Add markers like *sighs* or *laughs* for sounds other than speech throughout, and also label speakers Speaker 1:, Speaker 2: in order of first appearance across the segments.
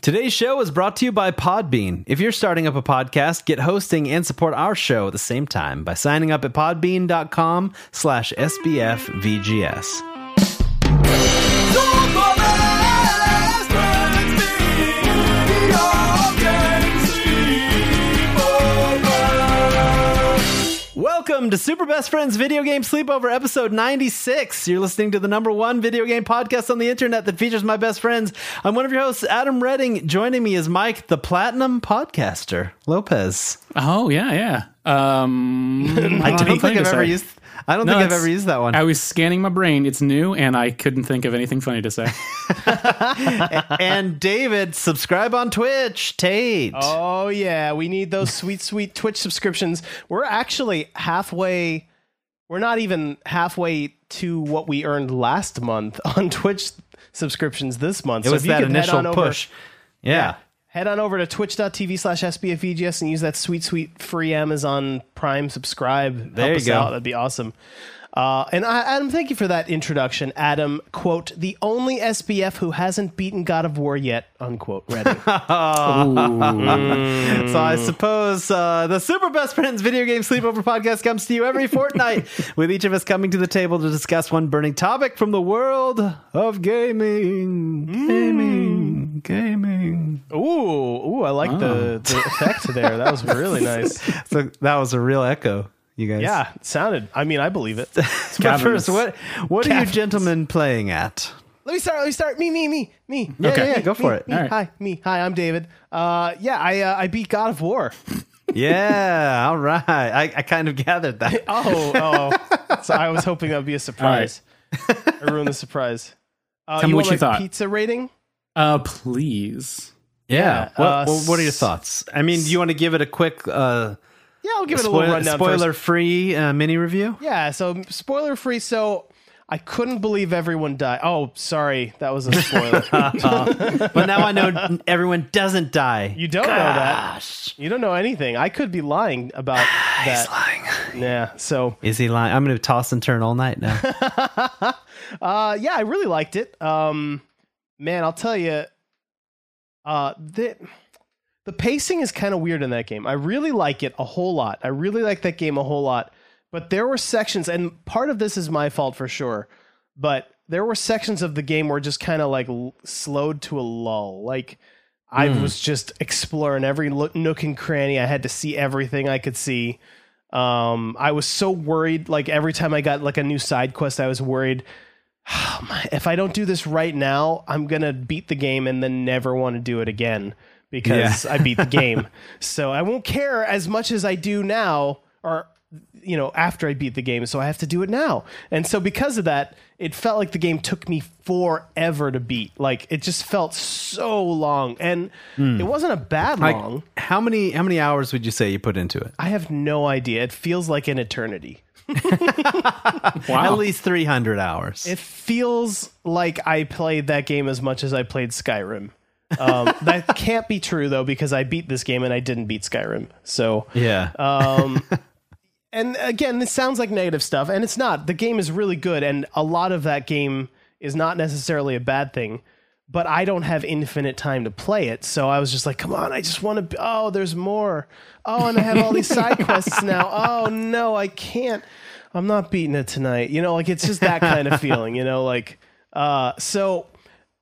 Speaker 1: Today's show is brought to you by Podbean. If you're starting up a podcast, get hosting and support our show at the same time by signing up at podbean.com slash sbfvgs. Welcome to Super Best Friends Video Game Sleepover episode 96. You're listening to the number one video game podcast on the internet that features my best friends. I'm one of your hosts, Adam Redding. Joining me is Mike, the Platinum Podcaster Lopez.
Speaker 2: Oh yeah, yeah. Um,
Speaker 1: *laughs* I don't think I've ever used. I don't
Speaker 2: No,
Speaker 1: think I've
Speaker 2: it's-
Speaker 1: ever used that one.
Speaker 2: I was scanning my brain. It's new, and I couldn't think of anything funny
Speaker 1: *laughs*
Speaker 2: to say.
Speaker 1: and David, subscribe on Twitch, Tate.
Speaker 3: Oh yeah, we
Speaker 1: *laughs*
Speaker 3: need those sweet, sweet Twitch subscriptions. We're actually halfway. We're not even halfway to what we earned last month *laughs* on Twitch subscriptions this month.
Speaker 1: it was
Speaker 3: if you
Speaker 1: that
Speaker 3: could head
Speaker 1: initial
Speaker 3: on over-
Speaker 1: push. yeah.
Speaker 3: Head on over to twitch.tv slash SBFEGS E and use that sweet, sweet free Amazon Prime subscribe.
Speaker 1: There
Speaker 3: Help
Speaker 1: you
Speaker 3: us
Speaker 1: go.
Speaker 3: out. That'd be awesome. Uh, and I, Adam, thank you for that introduction. Adam, quote, the only SBF who hasn't beaten God of War yet, unquote.
Speaker 1: *laughs*
Speaker 3: Reddit.
Speaker 1: So I suppose uh, the Super Best Friends Video Game Sleepover Podcast comes to you
Speaker 3: *laughs*
Speaker 1: every fortnight, with each of us coming to the table to discuss one burning topic from the world of gaming. Gaming.
Speaker 3: Mm.
Speaker 1: Gaming.
Speaker 3: Ooh, ooh, I like the, the effect there. That was really *laughs* nice.
Speaker 1: So that was a real echo, you guys.
Speaker 3: Yeah, it sounded. I mean, I believe *laughs* it. Let
Speaker 1: But first,
Speaker 2: Caverns.
Speaker 1: what what are you
Speaker 3: Caverns.
Speaker 1: gentlemen playing at?
Speaker 3: me start. Let me start. Me, me, me, me.
Speaker 1: Yeah,
Speaker 2: Okay.
Speaker 1: yeah, go for
Speaker 3: me,
Speaker 1: it.
Speaker 3: me.
Speaker 2: All right.
Speaker 3: Hi, me. Hi, I'm David. Uh, yeah, I uh, I beat God of War.
Speaker 1: Yeah, all right. I, I kind of gathered that.
Speaker 3: *laughs* Oh, *laughs* oh. so I was hoping that would be a surprise. I ruined the *laughs* surprise. Uh,
Speaker 2: Tell me
Speaker 3: want
Speaker 2: what you
Speaker 3: my
Speaker 2: thought.
Speaker 3: Pizza rating?
Speaker 2: uh, please.
Speaker 1: Yeah.
Speaker 3: Yeah, uh,
Speaker 1: What, well, what are your thoughts? I mean, do you want to give it a quick uh,
Speaker 3: Yeah, I'll give it a little
Speaker 1: spoil-
Speaker 3: rundown. first.
Speaker 1: spoiler-free uh, mini review?
Speaker 3: Yeah, so spoiler free. So I couldn't believe everyone died. Oh, sorry, that was a *laughs* spoiler.
Speaker 1: but now I know *laughs* everyone doesn't die.
Speaker 3: you don't know that. You don't know anything. I could be lying about that.
Speaker 1: lying.
Speaker 3: Yeah. So,
Speaker 1: Is he lying? I'm going to toss and turn all night
Speaker 3: *laughs*
Speaker 1: now.
Speaker 3: uh, yeah, I really liked it. Um, man, I'll tell you, uh, the the pacing is kind of weird in that game. I really like it a whole lot. I really like that game a whole lot. But there were sections, and part of this is my fault for sure. But there were sections of the game where just kind of like l- slowed to a lull. Like I was just exploring every lo- nook and cranny. I had to see everything I could see. Um, I was so worried. Like every time I got like a new side quest, I was worried. *sighs* if I don't do this right now, I'm gonna beat the game and then never want to do it again because I beat the game. So I won't care as much as I do now, or you know, after I beat the game. So I have to do it now. And so because of that, it felt like the game took me forever to beat. Like it just felt so long, and it wasn't a bad long.
Speaker 1: how many how many hours would you say you put into it?
Speaker 3: I have no idea. It feels like an eternity.
Speaker 1: At
Speaker 3: Oh.
Speaker 2: Wow.
Speaker 1: least 300 hours.
Speaker 3: It feels like I played that game as much as I played Skyrim. Um, that *laughs* can't be true though because I beat this game and I didn't beat Skyrim. So,
Speaker 1: yeah.
Speaker 3: Oh, and again, this sounds like negative stuff, and it's not. The game is really good, and a lot of that game is not necessarily a bad thing. But I don't have infinite time to play it, so I was just like, "Come on, I just want to." Oh, there's more. Oh, and I have
Speaker 1: *laughs*
Speaker 3: all these side quests now. Oh no, I can't. I'm not beating it tonight. You know, like it's just that kind of feeling. You know, like uh, so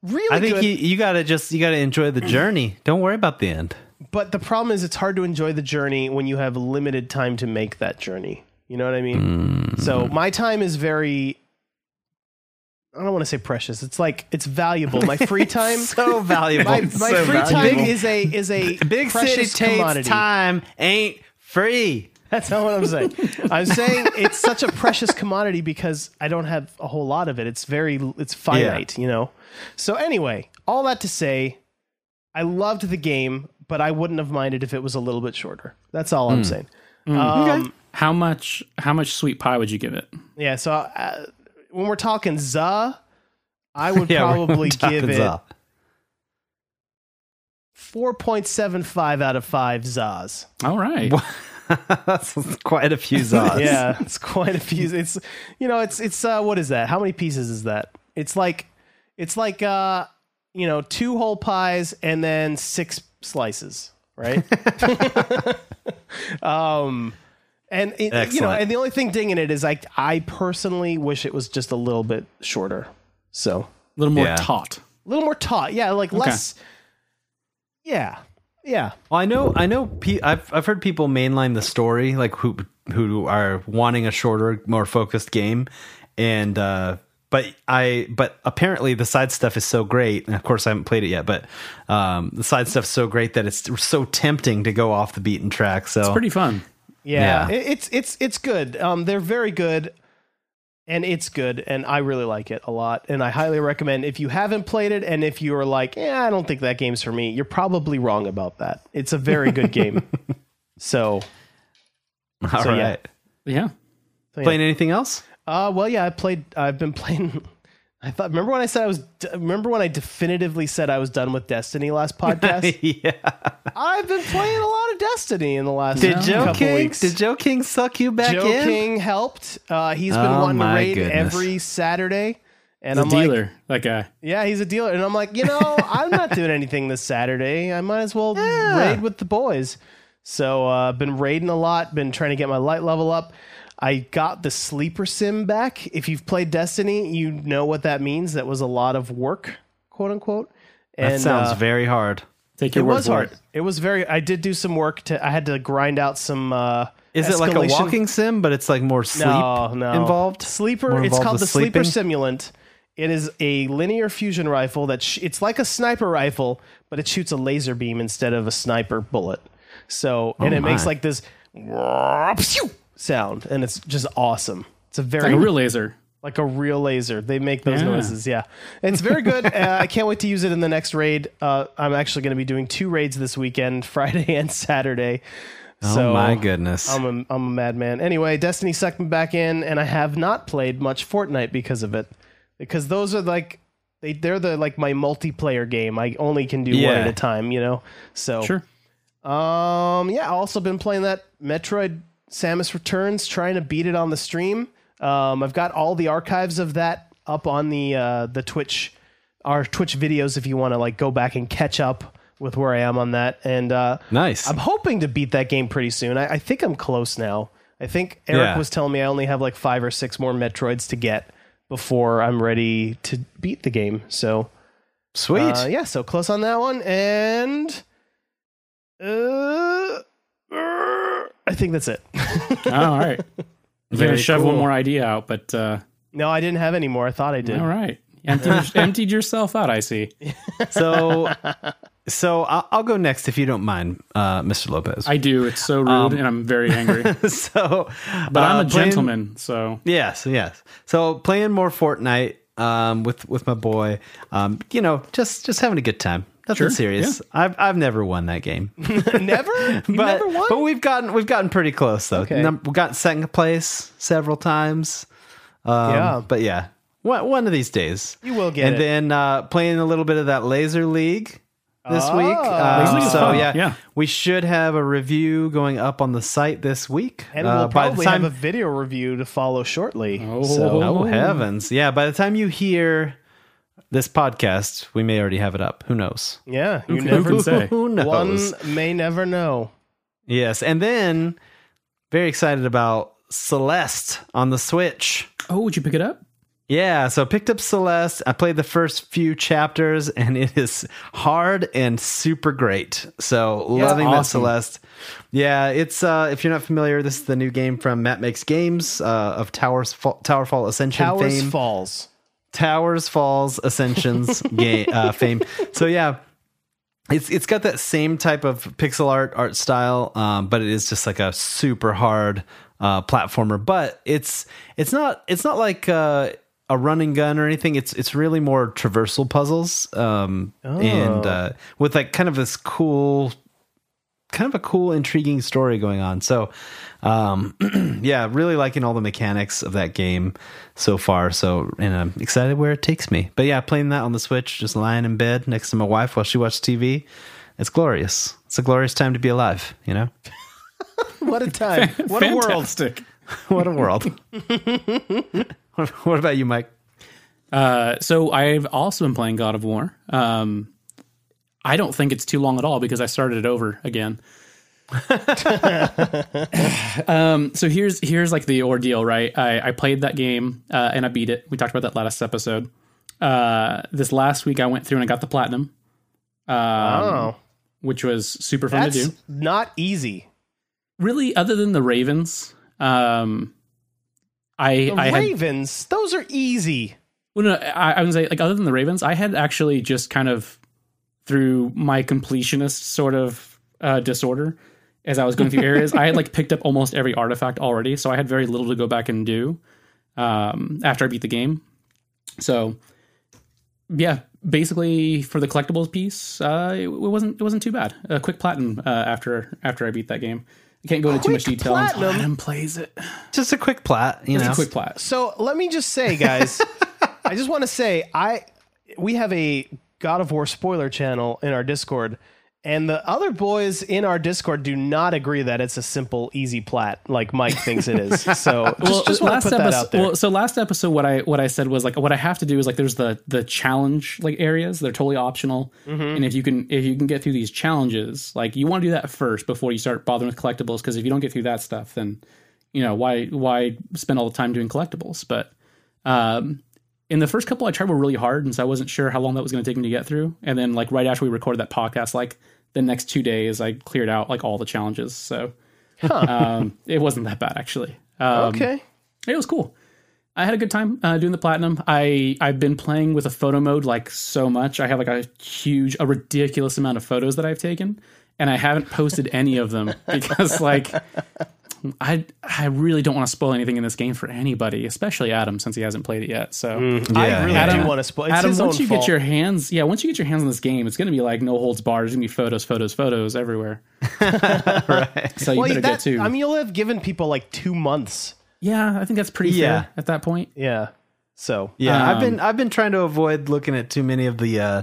Speaker 3: really.
Speaker 1: I think
Speaker 3: good.
Speaker 1: you, you got to just you got to enjoy the journey. Don't worry about the
Speaker 3: *laughs*
Speaker 1: end.
Speaker 3: but the problem is it's hard to enjoy the journey when you have limited time to make that journey. You know what I mean?
Speaker 1: Mm.
Speaker 3: So my time is very I don't want to say precious. It's like it's valuable.
Speaker 1: *laughs*
Speaker 3: My free time
Speaker 1: So valuable.
Speaker 3: my, my
Speaker 1: So
Speaker 3: free time
Speaker 1: valuable.
Speaker 3: is a is a
Speaker 1: Big city
Speaker 3: precious
Speaker 1: Tate's
Speaker 3: commodity.
Speaker 1: time ain't free.
Speaker 3: That's not what I'm saying. I'm saying it's such a precious commodity because I don't have a whole lot of it. It's very it's finite, you know. So anyway, all that to say, I loved the game, but I wouldn't have minded if it was a little bit shorter. That's all
Speaker 1: Hmm.
Speaker 3: I'm saying. Um,
Speaker 2: How much? How much sweet pie would you give it?
Speaker 3: Yeah. So uh, when we're talking za,
Speaker 1: *laughs*
Speaker 3: I would
Speaker 1: Yeah, we're
Speaker 3: probably
Speaker 1: talking
Speaker 3: give it
Speaker 1: up.
Speaker 3: four point seven five out of five zas.
Speaker 2: All right.
Speaker 1: *laughs* That's quite a few zods.
Speaker 3: Yeah, *laughs* it's quite a few. It's you know, it's it's uh, what is that? How many pieces is that? It's like it's like uh, you know, two whole pies and then six slices, right? *laughs* um, and it- you know,
Speaker 1: Excellent.
Speaker 3: and the only thing dinging it is like I personally wish it was just a little bit shorter, so
Speaker 2: A little more
Speaker 1: Yeah.
Speaker 2: taut.
Speaker 3: a little more taut, yeah, like less, yeah, yeah,
Speaker 1: Well, I know, I know. Pe- I've I've heard people mainline the story, like who who are wanting a shorter, more focused game, and uh, but I but apparently the side stuff is so great, and of course I haven't played it yet, but um, the side stuff's so great that it's so tempting to go off the beaten track. So
Speaker 2: Pretty fun.
Speaker 3: yeah.
Speaker 1: Yeah.
Speaker 3: It, it's it's it's good. Um, they're very good, and it's good, and I really like it a lot. And I highly recommend if you haven't played it, and if you are like, yeah, I don't think that game's for me, you're probably wrong about that. It's a very
Speaker 1: *laughs*
Speaker 3: good game. So,
Speaker 1: *laughs* all
Speaker 3: so, yeah.
Speaker 1: right.
Speaker 2: Yeah.
Speaker 3: so, yeah.
Speaker 1: playing anything else?
Speaker 3: Uh, well, yeah, I played. I've been *laughs* playing. I thought. Remember when I said I was. d- Remember when I definitively said I was done with
Speaker 1: *laughs*
Speaker 3: Destiny last podcast?
Speaker 1: yeah.
Speaker 3: I've been playing a lot of Destiny in the last
Speaker 1: Did Joe
Speaker 3: couple
Speaker 1: King?
Speaker 3: weeks.
Speaker 1: Did Joe King suck you back
Speaker 3: Joe
Speaker 1: in?
Speaker 3: King helped. Uh, he's been
Speaker 1: Oh,
Speaker 3: wanting to
Speaker 1: my
Speaker 3: raid
Speaker 1: goodness.
Speaker 3: every Saturday, and
Speaker 2: The
Speaker 3: I'm like,
Speaker 2: dealer, that guy.
Speaker 3: yeah, he's a dealer, and I'm like,
Speaker 1: *laughs*
Speaker 3: you know, I'm not doing anything this Saturday. I might as well raid with the boys. So uh, been raiding a lot. Been trying to get my light level up. I got the sleeper sim back. If you've played Destiny, you know what that means. That was a lot of work, quote unquote. And,
Speaker 1: That sounds
Speaker 3: uh,
Speaker 1: very hard.
Speaker 2: Take your
Speaker 3: it
Speaker 2: word
Speaker 3: was
Speaker 2: for
Speaker 3: hard.
Speaker 2: it.
Speaker 3: It was very. I did do some work to. I had to grind out some. Uh,
Speaker 1: Is it like a
Speaker 3: escalation-
Speaker 1: walking sim, but it's like more sleep
Speaker 3: no, no.
Speaker 1: involved?
Speaker 3: Sleeper.
Speaker 1: More
Speaker 3: It's
Speaker 1: involved
Speaker 3: called
Speaker 1: with
Speaker 3: the sleeper
Speaker 1: sleeping?
Speaker 3: simulant. It is a linear fusion rifle that sh- it's like a sniper rifle, but it shoots a laser beam instead of a sniper bullet. So and it makes
Speaker 1: Oh my.
Speaker 3: like this phew sound, and it's just awesome. It's a very
Speaker 2: Like a real laser.
Speaker 3: like a real laser. They make those
Speaker 2: Yeah.
Speaker 3: noises. Yeah, it's
Speaker 1: *laughs*
Speaker 3: very good. uh, I can't wait to use it in the next raid. Uh, I'm actually going to be doing two raids this weekend, *laughs* Friday and Saturday.
Speaker 1: oh my goodness.
Speaker 2: um,
Speaker 3: I'm a, I'm a madman. Anyway, Destiny sucked me back in, and I have not played much Fortnite because of it. Because those are like they they're the like my multiplayer game. I only can do one
Speaker 1: Yeah.
Speaker 3: at a time, you know. So
Speaker 2: Sure.
Speaker 3: um yeah, I also been playing that Metroid Samus Returns, trying to beat it on the stream. Um, I've got all the archives of that up on the uh, the Twitch our Twitch videos if you want to like go back and catch up with where I am on that. And uh,
Speaker 1: nice.
Speaker 3: I'm hoping to beat that game pretty soon. I, I think I'm close now. I think Eric
Speaker 1: Yeah.
Speaker 3: was telling me I only have like five or six more Metroids to get before I'm ready to beat the game. So
Speaker 1: Sweet.
Speaker 3: uh, yeah, so close on that one, and uh, I think that's it. *laughs*
Speaker 2: Oh,
Speaker 1: *laughs*
Speaker 2: all right. I'm going
Speaker 1: Very
Speaker 2: to shove one
Speaker 1: cool.
Speaker 2: more idea out, but uh,
Speaker 3: no, I didn't have any more. I thought I did.
Speaker 2: all right. Emptied,
Speaker 1: *laughs*
Speaker 2: emptied yourself out, I see. *laughs*
Speaker 1: so, so I'll, I'll go next if you don't mind, uh, Mr. Lopez.
Speaker 2: I do. It's so rude,
Speaker 1: Um,
Speaker 2: and I'm very
Speaker 1: *laughs*
Speaker 2: angry. But
Speaker 1: so, but
Speaker 2: I'm a gentleman, so
Speaker 1: Yes, yes. So playing more Fortnite um, with with my boy. Um, you know, just just having a good time. Nothing
Speaker 2: Sure,
Speaker 1: serious. I've I've never won that game, but
Speaker 3: *laughs* never, you never won.
Speaker 1: *laughs* but we've gotten we've gotten pretty close though.
Speaker 3: Okay.
Speaker 1: Num- we got second place several times. Um,
Speaker 3: Yeah.
Speaker 1: but yeah, one one of these days
Speaker 3: You will get
Speaker 1: And
Speaker 3: it.
Speaker 1: then uh, playing a little bit of that Laser League this
Speaker 3: Oh.
Speaker 1: week. Um,
Speaker 2: Laser League is
Speaker 1: so
Speaker 2: fun,
Speaker 1: yeah,
Speaker 2: yeah.
Speaker 1: we should have a review going up on the site this week.
Speaker 3: and
Speaker 1: Uh,
Speaker 3: we'll
Speaker 1: by the
Speaker 3: probably
Speaker 1: time-
Speaker 3: have a video review to follow shortly.
Speaker 2: Oh.
Speaker 3: So
Speaker 1: Oh
Speaker 2: Oh.
Speaker 1: heavens! Yeah, by the time you hear this podcast, we may already have it up. Who knows?
Speaker 3: yeah, you
Speaker 2: Who
Speaker 3: never.
Speaker 2: can say?
Speaker 1: Who knows?
Speaker 3: One may never know.
Speaker 1: Yes, and then very excited about Celeste on the Switch.
Speaker 2: Oh, would you pick it up?
Speaker 1: Yeah, so I picked up Celeste. I played the first few chapters, and it is hard and super great. So loving that
Speaker 2: awesome.
Speaker 1: Celeste. Yeah, it's uh, if you're not familiar, this is the new game from Matt Makes Games uh, of Towers Fall, Towerfall Ascension
Speaker 3: Towers
Speaker 1: fame.
Speaker 3: falls.
Speaker 1: Towers Falls Ascensions game, uh, fame. So yeah, it's it's got that same type of pixel art art style, um, but it is just like a super hard uh, platformer. But it's it's not it's not like uh, a running gun or anything. It's it's really more traversal puzzles, um, and uh, with like kind of this cool kind of a cool, intriguing story going on. So, um, yeah, really liking all the mechanics of that game so far. So, and I'm excited where it takes me. But yeah, playing that on the Switch, just lying in bed next to my wife while she watched TV. It's glorious. It's a glorious time to be alive, you know? *laughs*
Speaker 3: What
Speaker 2: *laughs*
Speaker 3: a time! What a
Speaker 1: *laughs*
Speaker 3: world!
Speaker 2: Fantastic.
Speaker 1: what a world. what about you, Mike?
Speaker 2: Uh, so I've also been playing God of War. Um, I don't think it's too long at all because I started it over
Speaker 3: *laughs*
Speaker 2: again. um, so here's here's like the ordeal, right? I, I played that game uh, and I beat it. We talked about that last episode. Uh, this last week, I went through and I got the platinum, uh,
Speaker 3: oh,
Speaker 2: which was super fun to
Speaker 3: that's
Speaker 2: Um, do.
Speaker 3: not easy.
Speaker 2: Really, other than the Ravens, um, I
Speaker 3: The
Speaker 2: I had
Speaker 3: Ravens, those are easy.
Speaker 2: Well, no, I, I would say like other than the Ravens, I had actually just kind of through my completionist sort of uh, disorder as I was going
Speaker 3: *laughs*
Speaker 2: through areas, I had like picked up almost every artifact already, so I had very little to go back and do um, after I beat the game. So, yeah, basically for the collectibles piece, uh, it, it wasn't it wasn't too bad. A quick platinum uh, after after I beat that game. I can't go into too much
Speaker 3: Quick
Speaker 2: detail. until
Speaker 3: platinum?
Speaker 2: Adam plays it.
Speaker 1: Just a quick plat, you know.
Speaker 2: It's a quick plat.
Speaker 3: So let me just
Speaker 2: *laughs*
Speaker 3: say, guys, I just want to say I we have a God of War spoiler channel in our Discord, and the other boys in our Discord do not agree that it's a simple, easy plat like Mike thinks
Speaker 2: *laughs*
Speaker 3: it is. So just, just want to put
Speaker 2: episode,
Speaker 3: that out there.
Speaker 2: Well, so last episode, what I what I said was like what I have to do is like there's the the challenge like areas they're totally optional,
Speaker 3: Mm-hmm.
Speaker 2: and if you can if you can get through these challenges, like you want to do that first before you start bothering with collectibles because if you don't get through that stuff, then you know why why spend all the time doing collectibles? But um, in the first couple I tried were really hard, and so I wasn't sure how long that was going to take me to get through. And then like right after we recorded that podcast, like the next two days, I cleared out like all the challenges. So. um, it wasn't that bad actually. Um,
Speaker 3: okay.
Speaker 2: it was cool. I had a good time uh, doing the platinum. I I've been playing with a photo mode like so much. I have like a huge, a ridiculous amount of photos that I've taken, and I haven't posted any of them *laughs* because like I I really don't want to spoil anything in this game for anybody, especially Adam since he hasn't played it yet. So
Speaker 3: I really
Speaker 2: Adam-
Speaker 3: do want to spoil. It's
Speaker 2: Adam,
Speaker 3: his
Speaker 2: once
Speaker 3: own
Speaker 2: you
Speaker 3: fault.
Speaker 2: get your hands, yeah, once you get your hands on this game, it's going to be like no holds barred. There's going to be photos, photos, photos
Speaker 3: *laughs*
Speaker 2: everywhere. right. So you
Speaker 3: Well,
Speaker 2: better
Speaker 3: that-
Speaker 2: get to.
Speaker 3: I mean, you'll have given people like two months.
Speaker 2: yeah, I think that's pretty
Speaker 1: Yeah.
Speaker 2: fair at that point.
Speaker 3: Yeah. So
Speaker 1: Yeah, I've
Speaker 2: Um,
Speaker 1: been I've been trying to avoid looking at too many of the uh,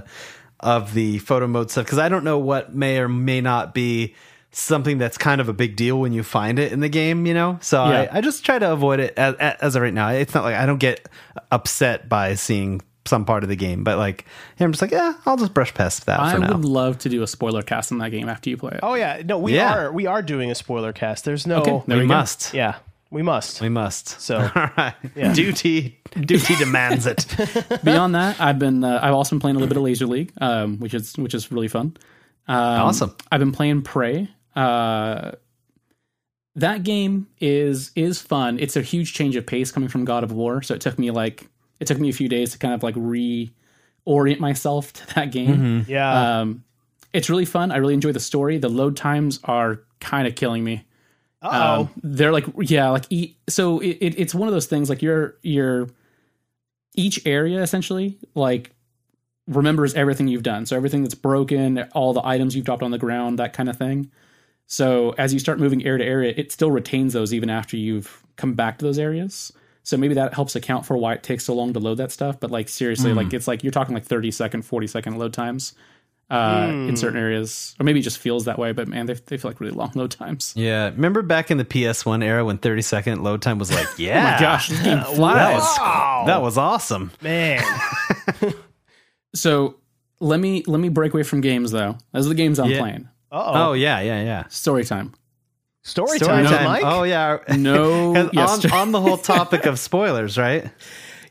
Speaker 1: of the photo mode stuff because I don't know what may or may not be something that's kind of a big deal when you find it in the game, you know. So
Speaker 2: Yeah.
Speaker 1: I, I just try to avoid it as, as of right now. It's not like I don't get upset by seeing some part of the game, but like I'm just like, yeah, I'll just brush past that
Speaker 2: I
Speaker 1: for now.
Speaker 2: would love to do a spoiler cast on that game after you play it.
Speaker 3: Oh yeah. No, we
Speaker 1: Yeah.
Speaker 3: are we are doing a spoiler cast. There's no.
Speaker 2: Okay.
Speaker 1: we,
Speaker 2: There we go.
Speaker 1: must.
Speaker 3: Yeah. We must.
Speaker 1: We must.
Speaker 3: So-
Speaker 1: *laughs* all right, duty duty demands it.
Speaker 2: Beyond that, I've been uh, I've also been playing a little bit of Laser League, um, which is which is really fun. *laughs* Um,
Speaker 1: Awesome.
Speaker 2: I've been playing Prey. Uh, that game is is fun. It's a huge change of pace coming from God of War, so it took me like it took me a few days to kind of like reorient myself to that game.
Speaker 1: Mm-hmm.
Speaker 3: Yeah.
Speaker 2: Um, it's really fun. I really enjoy the story. The load times are kind of killing me.
Speaker 3: Uh-oh.
Speaker 2: Um, they're like yeah, like e- so it, it, it's one of those things like your your each area essentially like remembers everything you've done. So everything that's broken, all the items you've dropped on the ground, that kind of thing. So as you start moving area to area, it still retains those even after you've come back to those areas. So maybe that helps account for why it takes so long to load that stuff. But like seriously, like it's like you're talking like 30 second, 40 second load times uh,
Speaker 1: Hmm.
Speaker 2: in certain areas, or maybe it just feels that way. But man, they, they feel like really long load times.
Speaker 1: Yeah, remember back in the PS1 era when 30 second load time was like, *laughs* yeah,
Speaker 2: *laughs* Oh my gosh, this *laughs* game
Speaker 1: That
Speaker 2: flies.
Speaker 1: was,
Speaker 3: Wow.
Speaker 1: that was awesome.
Speaker 3: Man.
Speaker 2: So let me let me break away from games though. Those are the games I'm
Speaker 1: Yeah.
Speaker 2: playing.
Speaker 1: Oh,
Speaker 3: Uh-oh.
Speaker 1: yeah, yeah, yeah.
Speaker 2: Story time.
Speaker 3: Story, time, Mike.
Speaker 1: Oh yeah.
Speaker 2: *laughs* No,
Speaker 1: *laughs* 'Cause
Speaker 2: yes,
Speaker 1: on, on the whole topic of spoilers, right?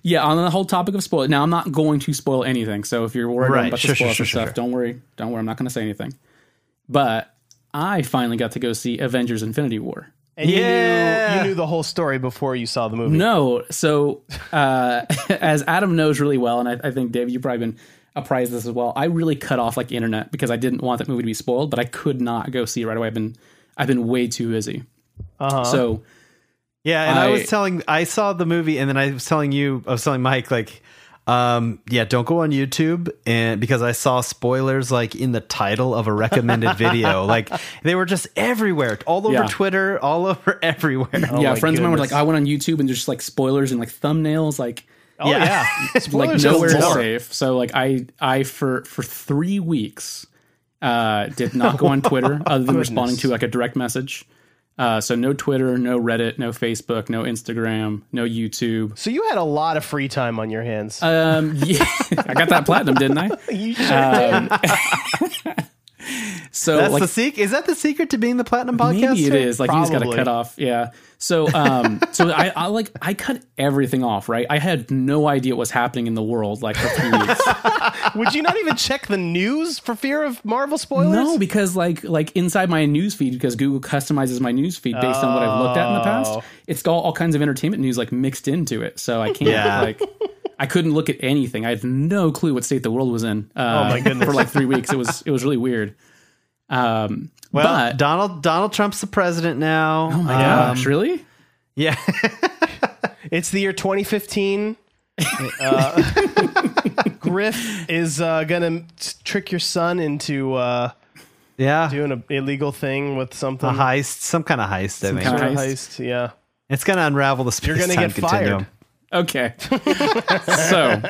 Speaker 2: yeah. On the whole topic of spoil. Now I'm not going to spoil anything. So if you're worried
Speaker 1: Right,
Speaker 2: about
Speaker 1: sure,
Speaker 2: the spoilers
Speaker 1: sure,
Speaker 2: and
Speaker 1: sure,
Speaker 2: stuff, don't worry, don't worry. I'm not going to say anything. But I finally got to go see Avengers: Infinity War.
Speaker 3: And you,
Speaker 1: Yeah.
Speaker 3: knew, you knew the whole story before you saw the movie.
Speaker 2: No. So, uh, *laughs* as Adam knows really well, and I, I think Dave, you've probably been apprised of this as well. I really cut off like internet because I didn't want that movie to be spoiled, but I could not go see it right away. I've been I've been way too busy.
Speaker 3: Uh-huh.
Speaker 2: So
Speaker 1: Yeah, and I, was
Speaker 2: I-
Speaker 1: telling I saw the movie and then I was telling you I was telling Mike like um yeah, don't go on YouTube and because I saw spoilers like in the title of a
Speaker 2: *laughs*
Speaker 1: recommended video. Like they were just everywhere, all over
Speaker 2: Yeah.
Speaker 1: Twitter, all over *laughs* everywhere.
Speaker 2: yeah,
Speaker 3: Oh my
Speaker 2: friends of mine were
Speaker 3: goodness.
Speaker 2: like, I went on YouTube and there's just like spoilers and like thumbnails, like
Speaker 3: Oh, yeah. *laughs*
Speaker 2: like
Speaker 3: Spoilers are
Speaker 2: nowhere
Speaker 3: more.
Speaker 2: safe. So like I I for for three
Speaker 3: *laughs*
Speaker 2: weeks uh did not go on Twitter other than responding to like a direct message. Uh, so no Twitter, no Reddit, no Facebook, no Instagram, no YouTube.
Speaker 3: So you had a lot of free time on your hands.
Speaker 2: Um, yeah, I got that platinum, didn't I?
Speaker 3: you
Speaker 2: *laughs*
Speaker 3: sure
Speaker 2: Um, *laughs* so
Speaker 1: That's
Speaker 2: like
Speaker 1: the secret. Is that the secret to being the platinum podcaster?
Speaker 2: maybe it is like you just got
Speaker 3: Probably.
Speaker 2: to cut off. Yeah. So um, so I, I like I cut everything off. Right. I had no idea what was happening in the world like for three weeks.
Speaker 3: Would you not even check the news for fear of Marvel spoilers?
Speaker 2: No, because like like inside my news feed, because Google customizes my news feed based on what I've looked at in the past.
Speaker 3: Oh.
Speaker 2: It's got all kinds of entertainment news like mixed into it, so I can't
Speaker 1: Yeah.
Speaker 2: like I couldn't look at anything. I have no clue what state the world was in. Uh,
Speaker 3: Oh, my goodness.
Speaker 2: For like three weeks, it was it was really weird. Um,
Speaker 1: Well,
Speaker 2: but
Speaker 1: Donald Donald Trump's the president now. Oh
Speaker 2: my gosh,
Speaker 3: um,
Speaker 2: really?
Speaker 1: *laughs* Yeah.
Speaker 3: It's the year 2015. uh, *laughs* Griff is uh, gonna trick your son into uh,
Speaker 1: yeah.
Speaker 3: doing an illegal thing with something.
Speaker 1: a heist, some kind of heist. I think
Speaker 2: kind
Speaker 3: Or a
Speaker 2: Heist.
Speaker 3: heist, Yeah,
Speaker 1: it's going to unravel the space
Speaker 3: you're gonna get
Speaker 1: continuum.
Speaker 3: fired.
Speaker 2: Okay. so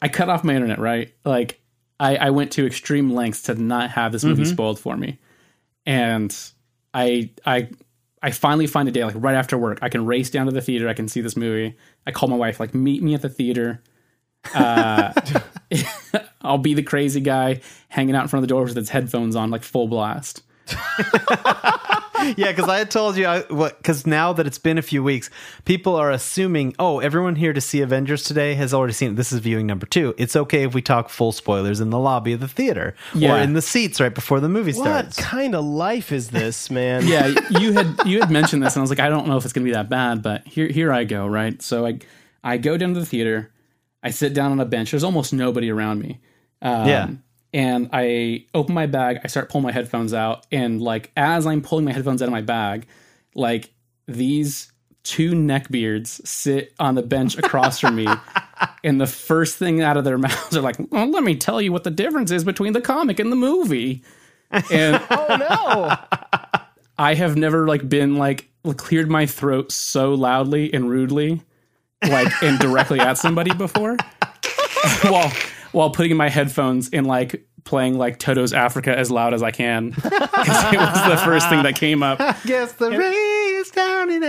Speaker 2: I cut off my internet, right? Like I, I went to extreme lengths to not have this movie spoiled for me. And I I I finally find a day like right after work. I can race down to the theater, I can see this movie. I call my wife, like, meet me at the theater. Uh, *laughs* I'll be the crazy guy hanging out in front of the door with his headphones on, like full blast.
Speaker 1: yeah, because I had told you, I because now that it's been a few weeks, people are assuming, oh, everyone here to see Avengers today has already seen it. This is viewing number two. It's okay if we talk full spoilers in the lobby of the theater or
Speaker 2: Yeah.
Speaker 1: in the seats right before the movie
Speaker 3: What
Speaker 1: starts.
Speaker 3: kind of life
Speaker 2: *laughs*
Speaker 3: is this, man?
Speaker 2: yeah, you had you had mentioned this, and I was like, I don't know if it's gonna be that bad, but here here I go, right? So I I go down to the theater, I sit down on a bench. There's almost nobody around me. Um,
Speaker 1: Yeah.
Speaker 2: And I open my bag, I start pulling my headphones out, and like as I'm pulling my headphones out of my bag, like these two neckbeards sit on the bench across from me. And the first thing out of their *laughs* mouths are like, well, let me tell you what the difference is between the comic and the movie. And
Speaker 3: Oh no!
Speaker 2: I have never like been like cleared my throat so loudly and rudely, like and directly at somebody before, *laughs* while while putting in my headphones and like playing like Toto's Africa as loud as I can. *laughs* 'Cause it was the first thing that came up.
Speaker 1: Guess the rain is down in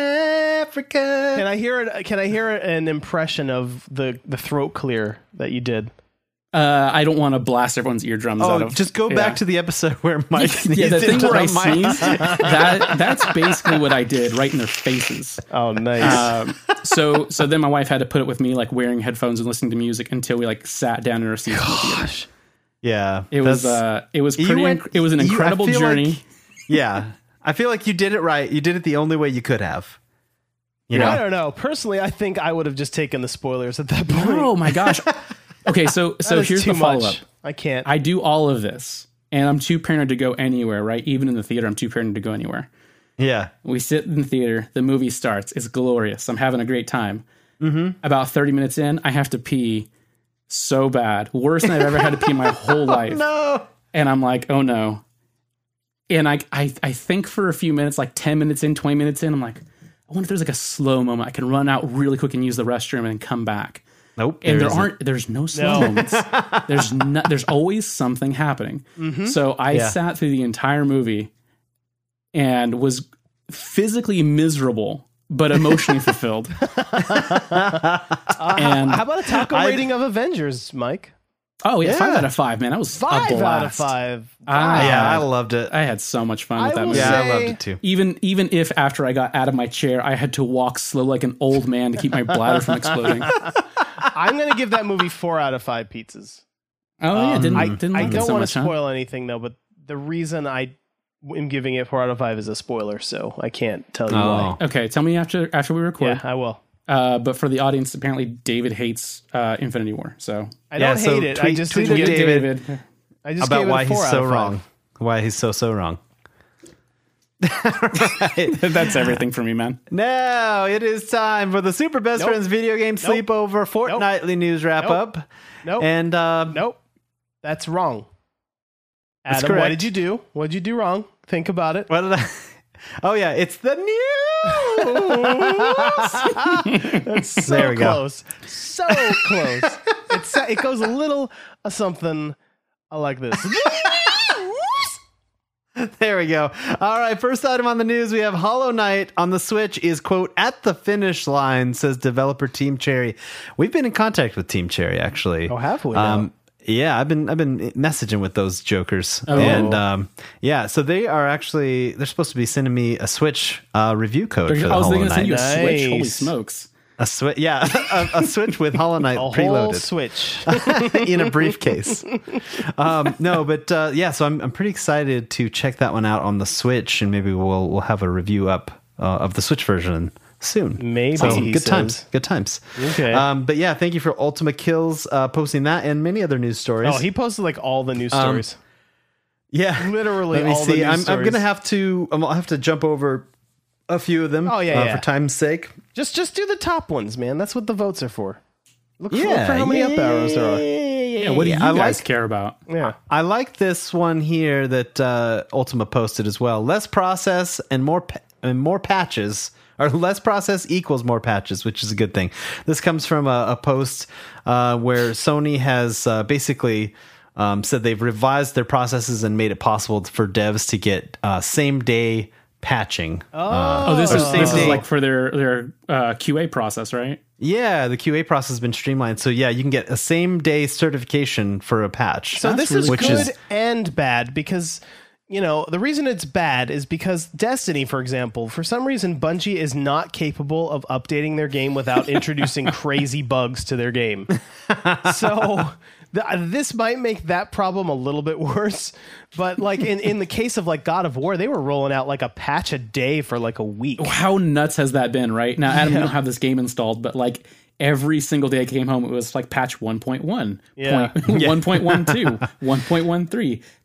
Speaker 1: Africa.
Speaker 3: Can I hear it? Can I hear an impression of the the throat clear that you did?
Speaker 2: Uh, I don't want to blast everyone's eardrums out
Speaker 1: Oh,
Speaker 2: of.
Speaker 1: just go back to the episode where Mike *laughs* sneezed
Speaker 2: *laughs* yeah, the thing
Speaker 1: into
Speaker 2: where I
Speaker 1: the mic.
Speaker 2: sneezed. That that's basically what I did right in their faces.
Speaker 3: Oh, nice.
Speaker 2: um, so so then my wife had to put it with me like wearing headphones and listening to music until we like sat down in our seats. in the theater.
Speaker 1: Yeah,
Speaker 2: It was
Speaker 1: that's-
Speaker 2: uh, it was
Speaker 1: you
Speaker 2: pretty.
Speaker 1: went-
Speaker 2: inc- it was an
Speaker 1: you- I
Speaker 2: incredible
Speaker 1: feel like-
Speaker 2: journey.
Speaker 1: yeah. I feel like you did it right. You did it the only way you could have. You
Speaker 3: I
Speaker 1: know,
Speaker 3: don't know. Personally, I think I would have just taken the spoilers at that point.
Speaker 2: oh
Speaker 1: *laughs*
Speaker 2: my gosh. Okay, so so
Speaker 3: That's
Speaker 2: here's
Speaker 3: too
Speaker 2: the follow up.
Speaker 3: much. I can't.
Speaker 2: I do all of this, and I'm too paranoid to go anywhere. Right, even in the theater, I'm too paranoid to go anywhere.
Speaker 1: yeah.
Speaker 2: We sit in the theater. The movie starts. It's glorious. I'm having a great time. Mm-hmm. About 30 minutes in, I have to pee so bad, worse than I've ever had to pee in my
Speaker 1: *laughs*
Speaker 2: whole life.
Speaker 1: No.
Speaker 2: and I'm like, oh no. And I, I I think for a few minutes, like 10 minutes in, 20 minutes in, I'm like, I wonder if there's like a slow moment. I can run out really quick and use the restroom and then come back.
Speaker 1: Nope.
Speaker 2: And there,
Speaker 1: isn't.
Speaker 2: aren't there's no slow
Speaker 3: *laughs*
Speaker 2: moments. There's no, there's always something happening.
Speaker 3: Mm-hmm.
Speaker 2: So I
Speaker 1: Yeah.
Speaker 2: sat through the entire movie and was physically miserable but
Speaker 3: *laughs*
Speaker 2: emotionally fulfilled. and
Speaker 3: Uh,
Speaker 2: *laughs*
Speaker 3: How about a taco
Speaker 1: I-
Speaker 3: rating of Avengers, Mike?
Speaker 2: oh yeah, five
Speaker 1: Yeah.
Speaker 2: out of five, man. That was
Speaker 3: Five
Speaker 2: a
Speaker 3: out of
Speaker 2: blast.
Speaker 3: five.
Speaker 2: Ah,
Speaker 1: Yeah, I loved it.
Speaker 2: I had so much fun
Speaker 3: I
Speaker 2: with that
Speaker 3: will
Speaker 2: movie.
Speaker 1: yeah, I
Speaker 3: say-
Speaker 1: loved it too.
Speaker 2: even even if after I got out of my chair, I had to walk slow like an old man to keep my bladder from exploding. *laughs* Oh
Speaker 3: I'm going to give that movie four out of five pizzas.
Speaker 2: yeah, didn't
Speaker 3: I,
Speaker 2: didn't
Speaker 3: I
Speaker 2: like it
Speaker 3: don't
Speaker 2: so
Speaker 3: want
Speaker 2: much,
Speaker 3: to
Speaker 2: huh?
Speaker 3: spoil anything though, but the reason I am giving it four out of five is a spoiler, so I can't tell you
Speaker 2: Oh.
Speaker 1: Oh.
Speaker 3: why.
Speaker 2: Okay, tell me after after we record.
Speaker 3: Yeah, I will.
Speaker 2: Uh, but for the audience, apparently David hates uh, Infinity War. So
Speaker 3: I
Speaker 1: Yeah,
Speaker 3: don't
Speaker 1: so
Speaker 3: hate it. I
Speaker 1: tweet-
Speaker 3: just
Speaker 1: tweet
Speaker 3: didn't
Speaker 1: at
Speaker 3: give,
Speaker 1: David
Speaker 3: I just
Speaker 1: about
Speaker 3: gave it a
Speaker 1: why
Speaker 3: four
Speaker 1: he's
Speaker 3: out
Speaker 1: so
Speaker 3: of five.
Speaker 1: wrong. Why he's so so wrong.
Speaker 2: that's everything for me, *laughs* man.
Speaker 1: *laughs* Now it is time for the Super Best
Speaker 3: Nope.
Speaker 1: Friends video game sleepover fortnightly news wrap up.
Speaker 3: Nope.
Speaker 1: And um,
Speaker 3: nope. That's wrong.
Speaker 1: That's
Speaker 3: Adam, what
Speaker 1: correct.
Speaker 3: did you do? What did you do wrong? Think about it.
Speaker 1: what did I? *laughs* Oh yeah, it's the news.
Speaker 3: so
Speaker 1: There we go.
Speaker 3: close. So close. It's, it goes
Speaker 1: *laughs*
Speaker 3: a little uh, something uh, like this.
Speaker 1: There we go. All right, first item on the news we have Hollow Knight on the Switch is quote at the finish line says developer Team Cherry. We've been in contact with Team Cherry actually.
Speaker 3: Oh, have we?
Speaker 1: Um, yeah, I've been I've been messaging with those jokers,
Speaker 3: Oh.
Speaker 1: and um, yeah, so they are actually they're supposed to be sending me a Switch uh, review code for the
Speaker 3: oh,
Speaker 2: I was
Speaker 1: Hollow
Speaker 2: going to send
Speaker 1: Knight.
Speaker 2: you a Switch. Holy
Speaker 3: Nice.
Speaker 2: smokes.
Speaker 1: a Switch, yeah, *laughs* a, a Switch with Hollow Knight
Speaker 3: *laughs* a whole
Speaker 1: preloaded *laughs*
Speaker 3: switch.
Speaker 1: in a briefcase. Um, no, but uh, yeah, so I'm I'm pretty excited to check that one out on the Switch, and maybe we'll we'll have a review up uh, of the Switch version soon.
Speaker 3: Maybe,
Speaker 1: So,
Speaker 3: he
Speaker 1: good
Speaker 3: says.
Speaker 1: times, good times.
Speaker 3: Okay.
Speaker 1: um, but yeah, thank you for Ultima Kills uh, posting that and many other news stories.
Speaker 3: oh, he posted like all the
Speaker 1: Um,
Speaker 3: news stories.
Speaker 1: yeah,
Speaker 3: Literally
Speaker 1: Let me
Speaker 3: all the
Speaker 1: see.
Speaker 3: news
Speaker 1: I'm, I'm
Speaker 3: stories.
Speaker 1: gonna have to. I'm, I'll have to jump over a few of them.
Speaker 3: Oh, yeah,
Speaker 1: uh,
Speaker 3: yeah.
Speaker 1: for time's sake.
Speaker 3: Just just do the top ones, man. That's what the votes are for. Look, for-
Speaker 1: Yeah,
Speaker 3: look for how many
Speaker 1: yeah,
Speaker 3: up arrows there are.
Speaker 2: Yeah, what do you
Speaker 1: I
Speaker 2: guys
Speaker 1: like-
Speaker 2: care about?
Speaker 3: Yeah.
Speaker 1: I like this one here that uh, Ultima posted as well. Less process and more pa- and more patches, or less process equals more patches, which is a good thing. This comes from a, a post uh, where Sony has uh, basically. Um, said they've revised their processes and made it possible for devs to get uh, same day patching. Uh,
Speaker 2: Oh, this is
Speaker 1: same
Speaker 2: this is
Speaker 1: day.
Speaker 2: like for their their uh, QA process, right?
Speaker 1: Yeah, the QA process has been streamlined, so yeah, you can get a same day certification for a patch.
Speaker 3: So this is
Speaker 1: which
Speaker 3: good
Speaker 1: is
Speaker 3: and bad because you know the reason it's bad is because Destiny, for example, for some reason Bungie is not capable of updating their game without introducing crazy bugs to their game. So th- this might make that problem a little bit worse. But like in in the case of like God of War, they were rolling out like a patch a day for like a week.
Speaker 2: How nuts has that been, right? Now, Adam, you don't have this game installed, but like every single day I came home, it was like patch 1.1,
Speaker 3: *laughs* Yeah.
Speaker 2: point- *laughs* 1.12, 1.13.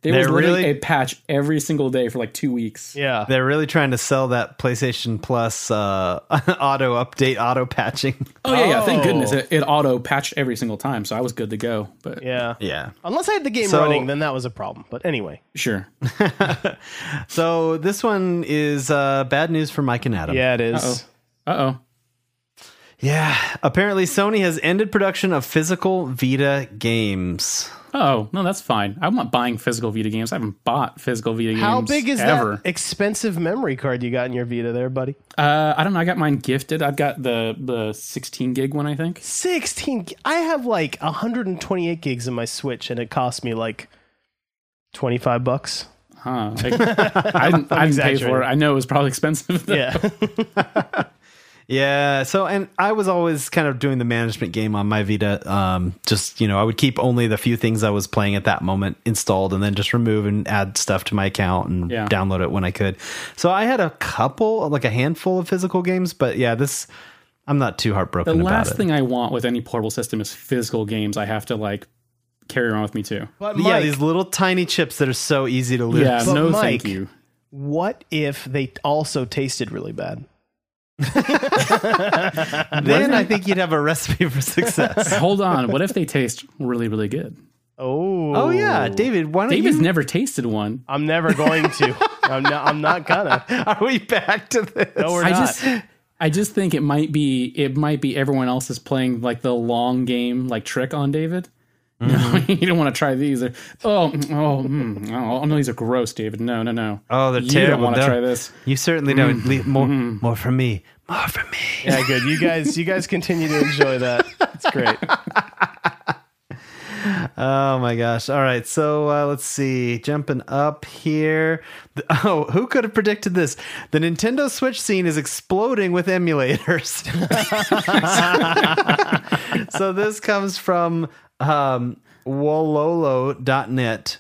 Speaker 2: There was
Speaker 1: They're
Speaker 2: literally
Speaker 1: really-
Speaker 2: a patch every single day for like two weeks.
Speaker 3: Yeah.
Speaker 1: They're really trying to sell that PlayStation Plus uh, *laughs* auto update, auto patching.
Speaker 2: Oh, yeah, yeah. Thank
Speaker 3: Oh.
Speaker 2: goodness. It, it auto patched every single time, so I was good to go. But
Speaker 3: Yeah.
Speaker 1: Yeah.
Speaker 3: Unless I had the game
Speaker 1: So-
Speaker 3: running, then that was a problem. But anyway.
Speaker 2: sure.
Speaker 1: *laughs* So this one is uh, bad news for Mike and Adam.
Speaker 3: Yeah, it is.
Speaker 2: Uh oh.
Speaker 1: Yeah. Apparently, Sony has ended production of physical Vita games.
Speaker 2: Oh, no, that's fine. I'm not buying physical Vita games. I haven't bought physical Vita games.
Speaker 3: How big is
Speaker 2: ever.
Speaker 3: that expensive memory card you got in your Vita there, buddy?
Speaker 2: Uh, I don't know. I got mine gifted. I've got the the 16 gig one, I think.
Speaker 3: 16. gi- I have like 128 gigs in my Switch and it cost me like 25 bucks. *laughs*
Speaker 2: Huh. I, I didn't, I didn't pay
Speaker 3: exaggerating.
Speaker 2: for it. I know it was probably *laughs* expensive. though.
Speaker 3: Yeah.
Speaker 1: Yeah. So, and I was always kind of doing the management game on my Vita. Um, just, you know, I would keep only the few things I was playing at that moment installed and then just remove and add stuff to my account and
Speaker 2: Yeah.
Speaker 1: download it when I could. So I had a couple, like a handful of physical games, but yeah, this, I'm not too
Speaker 2: The
Speaker 1: heartbroken about
Speaker 2: last
Speaker 1: it.
Speaker 2: thing I want with any portable system is physical games. I have to like carry around with me too.
Speaker 3: But
Speaker 1: yeah,
Speaker 3: Mike,
Speaker 1: these little tiny chips that are so easy to lose.
Speaker 2: Yeah,
Speaker 3: But
Speaker 2: no,
Speaker 3: Mike-
Speaker 2: thank you.
Speaker 3: what if they also tasted really bad?
Speaker 1: Then I think you'd have a recipe for
Speaker 2: *laughs*
Speaker 1: success.
Speaker 2: Hold on. What if they taste really, really
Speaker 3: *laughs*
Speaker 2: good?
Speaker 3: Oh.
Speaker 1: oh yeah, David, why don't
Speaker 2: David's
Speaker 1: you?
Speaker 2: never tasted one.
Speaker 3: I'm never going to. I'm not I'm not gonna.
Speaker 1: *laughs* Are we back to this?
Speaker 3: No, we're
Speaker 2: I
Speaker 3: not.
Speaker 2: just, I just think it might be, it might be everyone else is playing like the long game, like trick on David. *laughs*
Speaker 1: Mm-hmm.
Speaker 2: No, you don't want to try these. They're- Oh, mm, oh, mm, oh, no, these are gross, David. No, no, no.
Speaker 1: Oh, they're
Speaker 2: you
Speaker 1: terrible.
Speaker 2: don't want to
Speaker 1: They're-
Speaker 2: try this. Mm-hmm.
Speaker 1: You certainly don't. Leave more, more for me. More for me.
Speaker 3: *laughs* yeah, good. You guys you guys continue to enjoy that. It's great.
Speaker 1: Oh my gosh! All right, so uh, let's see. Jumping up here. The- *laughs* oh, who could have predicted this? The Nintendo Switch scene is exploding with emulators. *laughs* so this comes from um, Wololo.net.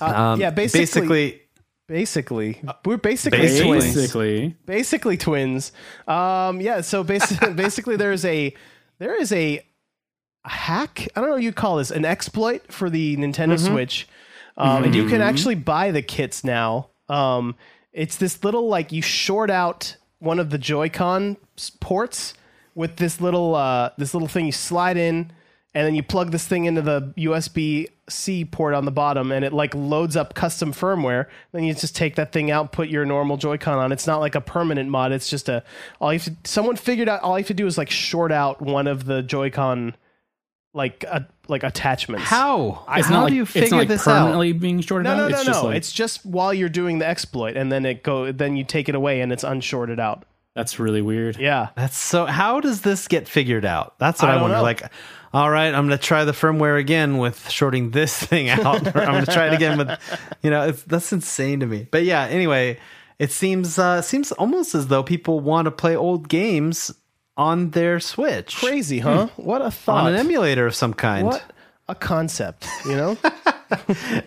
Speaker 1: Um,
Speaker 3: yeah, basically-
Speaker 1: basically
Speaker 3: Basically, we're basically,
Speaker 1: Basically.
Speaker 3: twins.
Speaker 2: Basically,
Speaker 3: basically twins. Um, yeah. So basically, *laughs* basically there is a there is a hack. I don't know what you call this an exploit for the Nintendo Switch, um, and you can actually buy the kits now. Um, it's this little like you short out one of the Joy-Con s- ports with this little uh, this little thing you slide in. And then you plug this thing into the USB C port on the bottom, and it like loads up custom firmware. Then you just take that thing out, put your normal Joy-Con on. It's not like a permanent mod. It's just a all you have to. Someone figured out all you have to do is like short out one of the Joy-Con, like a like attachments.
Speaker 1: How?
Speaker 2: It's
Speaker 1: How
Speaker 2: not
Speaker 1: do
Speaker 2: like,
Speaker 1: you figure
Speaker 2: it's not like
Speaker 1: this out?
Speaker 2: permanently being shorted
Speaker 3: No,
Speaker 2: out.
Speaker 3: no, no,
Speaker 2: it's
Speaker 3: no.
Speaker 2: just like,
Speaker 3: it's just while you're doing the exploit, and then it go. Then you take it away, and it's unshorted out.
Speaker 2: that's really weird.
Speaker 3: Yeah.
Speaker 1: That's so. How does this get figured out? That's what
Speaker 3: I
Speaker 1: I,
Speaker 3: don't
Speaker 1: wonder.
Speaker 3: know.
Speaker 1: Like, all right, I'm going to try the firmware again with shorting this *laughs* thing out. or I'm going to try it again with, you know, it's, that's insane to me. But yeah, anyway, it seems uh, seems almost as though people want to play old games on their Switch
Speaker 3: Crazy, huh? What a thought.
Speaker 1: on an emulator of some kind.
Speaker 3: what a concept. You know.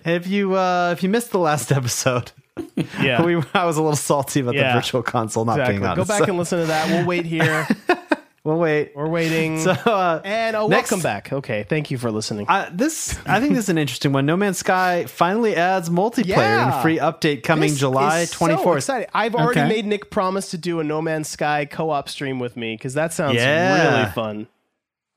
Speaker 1: If you uh, if you missed the last *laughs* episode,
Speaker 3: *laughs* *laughs* yeah.
Speaker 1: *laughs* we I was a little salty about
Speaker 3: Yeah.
Speaker 1: the virtual console not
Speaker 3: exactly.
Speaker 1: being on.
Speaker 3: Go
Speaker 1: it.
Speaker 3: back
Speaker 1: So-
Speaker 3: and listen to that. We'll wait *laughs* here.
Speaker 1: *laughs* we'll wait.
Speaker 3: *laughs* We're waiting.
Speaker 1: So uh,
Speaker 3: and oh,
Speaker 1: next-
Speaker 3: welcome back. Okay, thank you for listening.
Speaker 1: Uh, this I think this is an interesting one. No Man's Sky finally adds multiplayer in
Speaker 3: Yeah.
Speaker 1: a free update coming
Speaker 3: This
Speaker 1: July
Speaker 3: is
Speaker 1: twenty
Speaker 3: So
Speaker 1: fourth.
Speaker 3: exciting. I've already
Speaker 2: Okay.
Speaker 3: made Nick promise to do a No Man's Sky co-op stream with me because that sounds
Speaker 1: Yeah.
Speaker 3: really fun,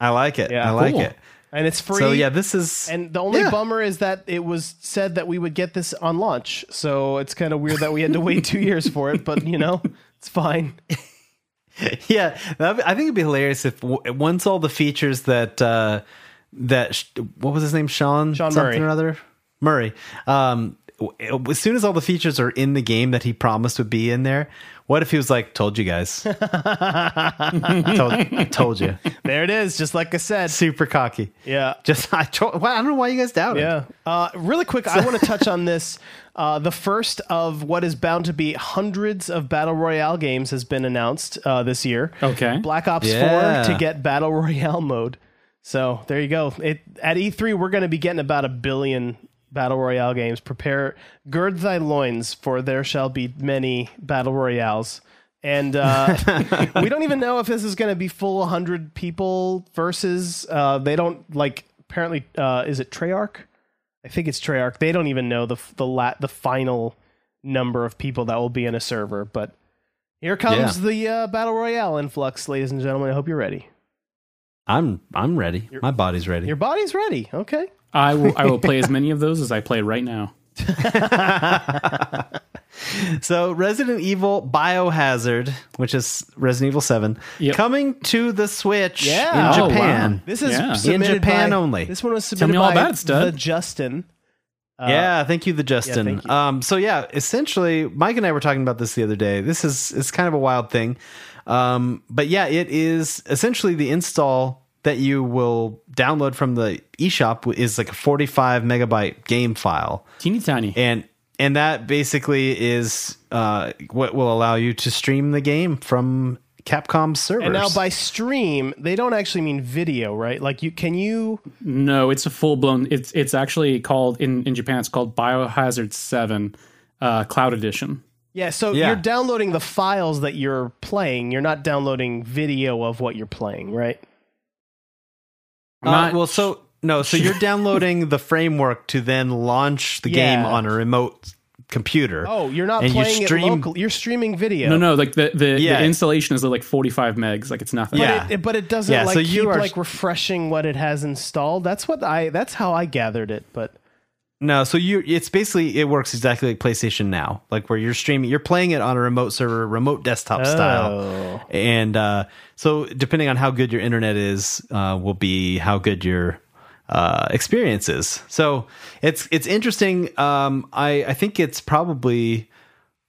Speaker 1: I like it.
Speaker 3: Yeah.
Speaker 1: I like
Speaker 2: Cool.
Speaker 1: it.
Speaker 3: and it's free.
Speaker 1: So yeah, this is
Speaker 3: And the only
Speaker 1: Yeah.
Speaker 3: bummer is that it was said that we would get this on launch, so it's kind of weird that we had to wait two years for it. But you know, it's fine.
Speaker 1: yeah. that'd be- I think it'd be hilarious if w- once all the features that uh, that sh- what was his name Sean
Speaker 3: Sean
Speaker 1: something
Speaker 3: Murray.
Speaker 1: or other Murray. Um, w- as soon as all the features are in the game that he promised would be in there, what if he was like, "Told you guys, *laughs* told, told you,"
Speaker 3: There it is, just like I said.
Speaker 1: super cocky.
Speaker 3: Yeah.
Speaker 1: Just I, told, why- I don't know why you guys doubted.
Speaker 3: Yeah. Uh, really quick, I want to touch on this. Uh, the first of what is bound to be hundreds of battle royale games has been announced uh, this year.
Speaker 2: Okay.
Speaker 3: Black Ops
Speaker 1: Yeah.
Speaker 3: 4 to get battle royale mode. So there you go. It, at E3, we're going to be getting about a billion battle royale games. Prepare, gird thy loins, for there shall be many battle royales. And uh, we don't even know if this is going to be full 100 people versus. Uh, they don't like. Apparently, uh, is it Treyarch? I think it's Treyarch. They don't even know the the la- the final number of people that will be in a server. But here comes the uh, battle royale influx, ladies and gentlemen. I hope you're ready.
Speaker 1: I'm I'm ready. My body's ready. *laughs*
Speaker 3: Your body's ready. Okay.
Speaker 2: I will I will
Speaker 3: *laughs*
Speaker 2: play as many of those as I play right now.
Speaker 1: So Resident Evil Biohazard, which is Resident Evil Seven,
Speaker 2: Yep.
Speaker 1: coming to the Switch
Speaker 3: Yeah.
Speaker 1: in
Speaker 2: Oh, wow.
Speaker 1: Japan.
Speaker 3: This is
Speaker 2: Yeah. In
Speaker 3: submitted
Speaker 1: Japan
Speaker 3: by-
Speaker 1: only.
Speaker 3: This one was submitted
Speaker 2: Tell me all
Speaker 3: by
Speaker 2: about it, stud.
Speaker 3: the Justin. Uh,
Speaker 1: yeah, thank you, the Justin.
Speaker 3: thank you.
Speaker 1: Um, so yeah, essentially, Mike and I were talking about this the other day. This is it's kind of a wild thing, um, but yeah, it is essentially the install that you will download from the eShop is like a 45 megabyte game file.
Speaker 2: Teeny tiny.
Speaker 1: and and that basically is uh, what will allow you to stream the game from Capcom's servers.
Speaker 3: And now by stream, they don't actually mean video, right? Like you can you
Speaker 2: No, it's a full blown. It's it's actually called in in Japan. It's called Biohazard Seven uh, Cloud Edition.
Speaker 3: Yeah, so
Speaker 1: Yeah.
Speaker 3: you're downloading the files that you're playing. You're not downloading video of what you're playing, right?
Speaker 1: Uh,
Speaker 2: Not-
Speaker 1: well, so no, so
Speaker 3: *laughs*
Speaker 1: you're downloading the framework to then launch the
Speaker 3: Yeah.
Speaker 1: game on a remote computer.
Speaker 3: Oh, you're not
Speaker 1: And you
Speaker 3: playing it
Speaker 1: stream-
Speaker 3: local. You're streaming video.
Speaker 2: No, no, like the the,
Speaker 1: Yeah.
Speaker 2: the installation is like forty five megs. Like it's nothing.
Speaker 1: Yeah.
Speaker 3: It, it- but it doesn't
Speaker 1: Yeah,
Speaker 3: like
Speaker 1: so
Speaker 3: keep
Speaker 1: you are-
Speaker 3: like refreshing what it has installed. That's what I. That's how I gathered it. But
Speaker 1: No, so you it's basically it works exactly like PlayStation Now, like where you're streaming, you're playing it on a remote server, remote desktop
Speaker 3: Oh.
Speaker 1: style, and uh, so depending on how good your internet is, uh, will be how good your uh, experience is. So it's it's interesting. Um, I I think it's probably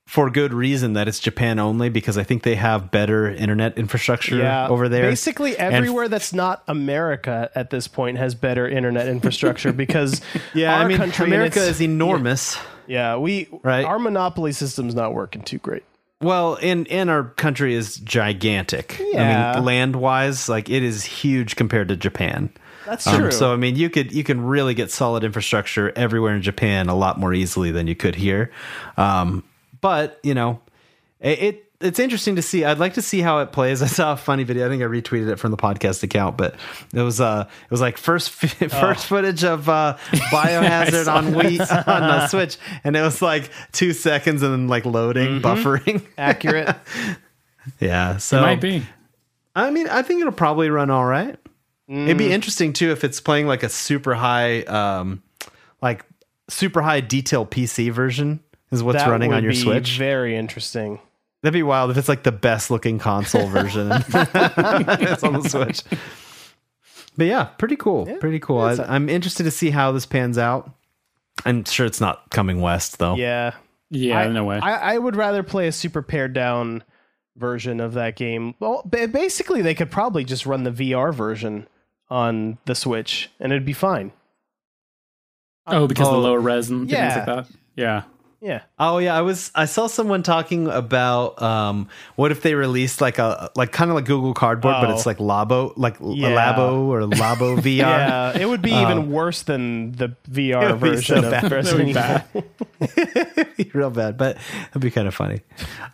Speaker 1: for good reason that it's Japan only because I think they have better internet infrastructure
Speaker 3: yeah,
Speaker 1: over there.
Speaker 3: basically
Speaker 1: And-
Speaker 3: everywhere that's not America at this point has better internet infrastructure because
Speaker 1: *laughs* yeah,
Speaker 3: our
Speaker 1: I mean,
Speaker 3: country and
Speaker 1: America
Speaker 3: its-
Speaker 1: is enormous.
Speaker 3: yeah we
Speaker 1: Right.
Speaker 3: our monopoly system's not working too great.
Speaker 1: Well, and and our country is gigantic. I
Speaker 3: Yeah.
Speaker 1: mean, land wise, like it is huge compared to Japan.
Speaker 3: That's
Speaker 1: Um,
Speaker 3: true.
Speaker 1: so I mean, you could you can really get solid infrastructure everywhere in Japan a lot more easily than you could here. Um, but you know, it, it it's interesting to see. I'd like to see how it plays. *laughs* I saw a funny video. I think I retweeted it from the podcast account, but it was uh it was like first *laughs* fi-
Speaker 3: Oh.
Speaker 1: first footage of
Speaker 3: *laughs*
Speaker 1: uh, Biohazard
Speaker 2: saw
Speaker 1: on Wii on uh, Switch, and it was like two seconds and then like
Speaker 3: Mm-hmm.
Speaker 1: loading, buffering. *laughs*
Speaker 3: accurate.
Speaker 1: Yeah, so
Speaker 3: Oh.
Speaker 2: might be.
Speaker 1: I mean, I think it'll probably run all right.
Speaker 3: Mm.
Speaker 1: It'd be interesting too if it's playing like a super high, um, like super high detail PC version is what's
Speaker 3: That
Speaker 1: running
Speaker 3: would
Speaker 1: on your
Speaker 3: be
Speaker 1: Switch.
Speaker 3: Very interesting.
Speaker 1: That'd be wild if
Speaker 3: *laughs*
Speaker 1: it's like the best looking console version. it's on the Switch. But yeah, pretty cool.
Speaker 3: Yeah,
Speaker 1: pretty cool.
Speaker 3: yeah,
Speaker 1: I,
Speaker 3: it's a-
Speaker 1: I'm interested to see how this pans out. I'm sure it's not coming west though.
Speaker 3: Yeah.
Speaker 2: Yeah,
Speaker 3: I,
Speaker 2: no way.
Speaker 3: I, I would rather play a super pared down version of that game. Well, ba- basically, they could probably just run the VR version on the Switch, and it'd be fine.
Speaker 2: oh, because of
Speaker 1: oh,
Speaker 2: the lower res and
Speaker 3: yeah.
Speaker 2: things like that. Yeah.
Speaker 3: Yeah.
Speaker 1: Oh yeah, I was I saw someone talking about um what if they released like a like kind of like Google Cardboard, but
Speaker 3: Oh.
Speaker 1: it's like Labo like
Speaker 3: Yeah.
Speaker 1: Labo or Labo
Speaker 2: *laughs*
Speaker 1: VR.
Speaker 3: Yeah, it
Speaker 1: *laughs*
Speaker 3: would be even worse than the VR
Speaker 1: Uh, would be
Speaker 3: version
Speaker 1: so bad.
Speaker 3: of
Speaker 1: That
Speaker 3: Resident Evil.
Speaker 1: *laughs* real bad, but it'd be kind of funny.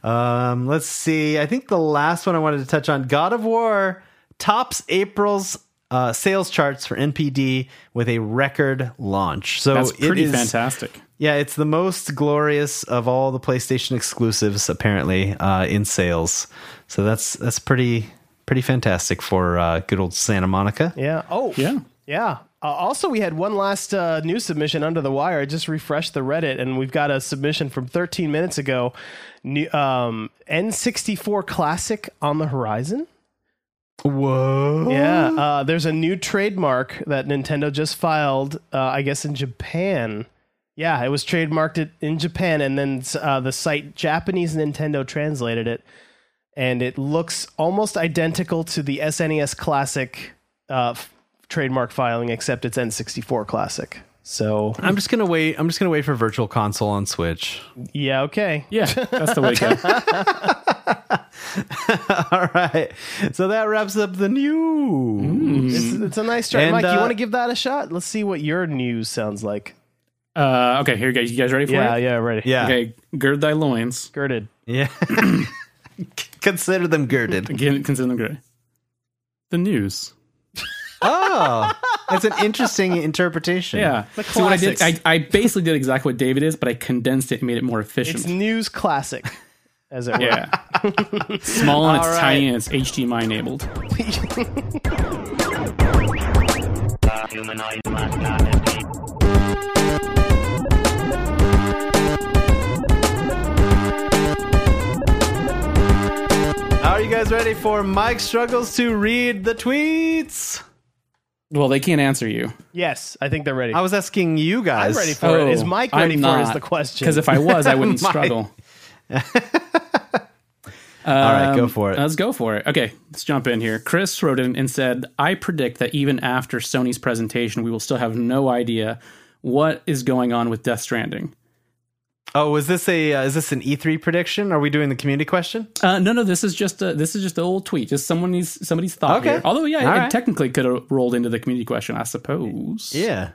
Speaker 1: Um, let's see. I think the last one I wanted to touch on God of War tops April's uh, sales charts for NPD with a record launch. So
Speaker 2: That's pretty
Speaker 1: it is,
Speaker 2: fantastic.
Speaker 1: Yeah, it's the most glorious of all the PlayStation exclusives, apparently, uh, in sales. So that's that's pretty pretty fantastic for uh, good old Santa Monica.
Speaker 3: *laughs* Yeah. Oh.
Speaker 2: Yeah.
Speaker 3: Yeah. Uh, also, we had one last uh, news submission under the wire. I just refreshed the Reddit, and we've got a submission from 13 minutes ago. New, um, N64 Classic on the horizon.
Speaker 1: Whoa!
Speaker 3: Yeah, uh, there's a new trademark that Nintendo just filed, uh, I guess, in Japan. Yeah, it was trademarked it- in Japan, and then uh, the site Japanese Nintendo translated it, and it looks almost identical to the SNES Classic uh, f- trademark filing, except it's N64 Classic. So,
Speaker 1: I'm just gonna wait. I'm just gonna wait for Virtual Console on Switch.
Speaker 3: yeah, okay.
Speaker 2: Yeah. That's the way to go.
Speaker 1: *laughs*
Speaker 3: *laughs*
Speaker 1: All right. So that wraps up the news.
Speaker 3: It's, it's a nice try.
Speaker 1: And,
Speaker 3: Mike, you
Speaker 1: uh,
Speaker 3: want to give that a shot? Let's see what your news sounds like.
Speaker 2: Uh, okay, here you go. You guys ready for
Speaker 3: Yeah,
Speaker 2: it?
Speaker 3: yeah, ready.
Speaker 1: Yeah.
Speaker 2: Okay, gird thy loins.
Speaker 3: Girded.
Speaker 1: Yeah. *laughs* Consider them girded.
Speaker 2: Again, consider them gird. The news.
Speaker 1: Oh, that's an interesting interpretation.
Speaker 2: Yeah.
Speaker 3: The
Speaker 2: So what I did, I,
Speaker 3: classics.
Speaker 2: I basically did exactly what David is, but I condensed it and made it more efficient.
Speaker 3: It's news classic, as it were.
Speaker 2: yeah. Small and it's
Speaker 1: All right.
Speaker 2: tiny and it's HDMI enabled.
Speaker 1: Are you guys ready for Mike struggles to read the tweets?
Speaker 2: Well, they can't answer you.
Speaker 3: Yes, I think they're ready.
Speaker 1: I was asking you guys.
Speaker 3: I'm ready for it. Is Mike ready
Speaker 2: I'm
Speaker 3: for it? Is
Speaker 2: not.
Speaker 3: the question?
Speaker 2: Because if I was, I wouldn't
Speaker 1: Mike.
Speaker 2: struggle.
Speaker 1: All right, go
Speaker 2: Um,
Speaker 1: for it.
Speaker 2: Let's go for it. Okay, let's jump in here. Chris wrote in and said, I predict that even after Sony's presentation, we will still have no idea what is going on with Death Stranding.
Speaker 1: oh, was this a uh, is this an E3 prediction? Are we doing the community question?
Speaker 2: Uh, no, no, this is just a this is just an old tweet. Just someone needs somebody's thought.
Speaker 1: Okay.
Speaker 2: here. Although, yeah,
Speaker 1: All
Speaker 2: it
Speaker 1: right.
Speaker 2: technically could have rolled into the community question, I suppose.
Speaker 1: Yeah.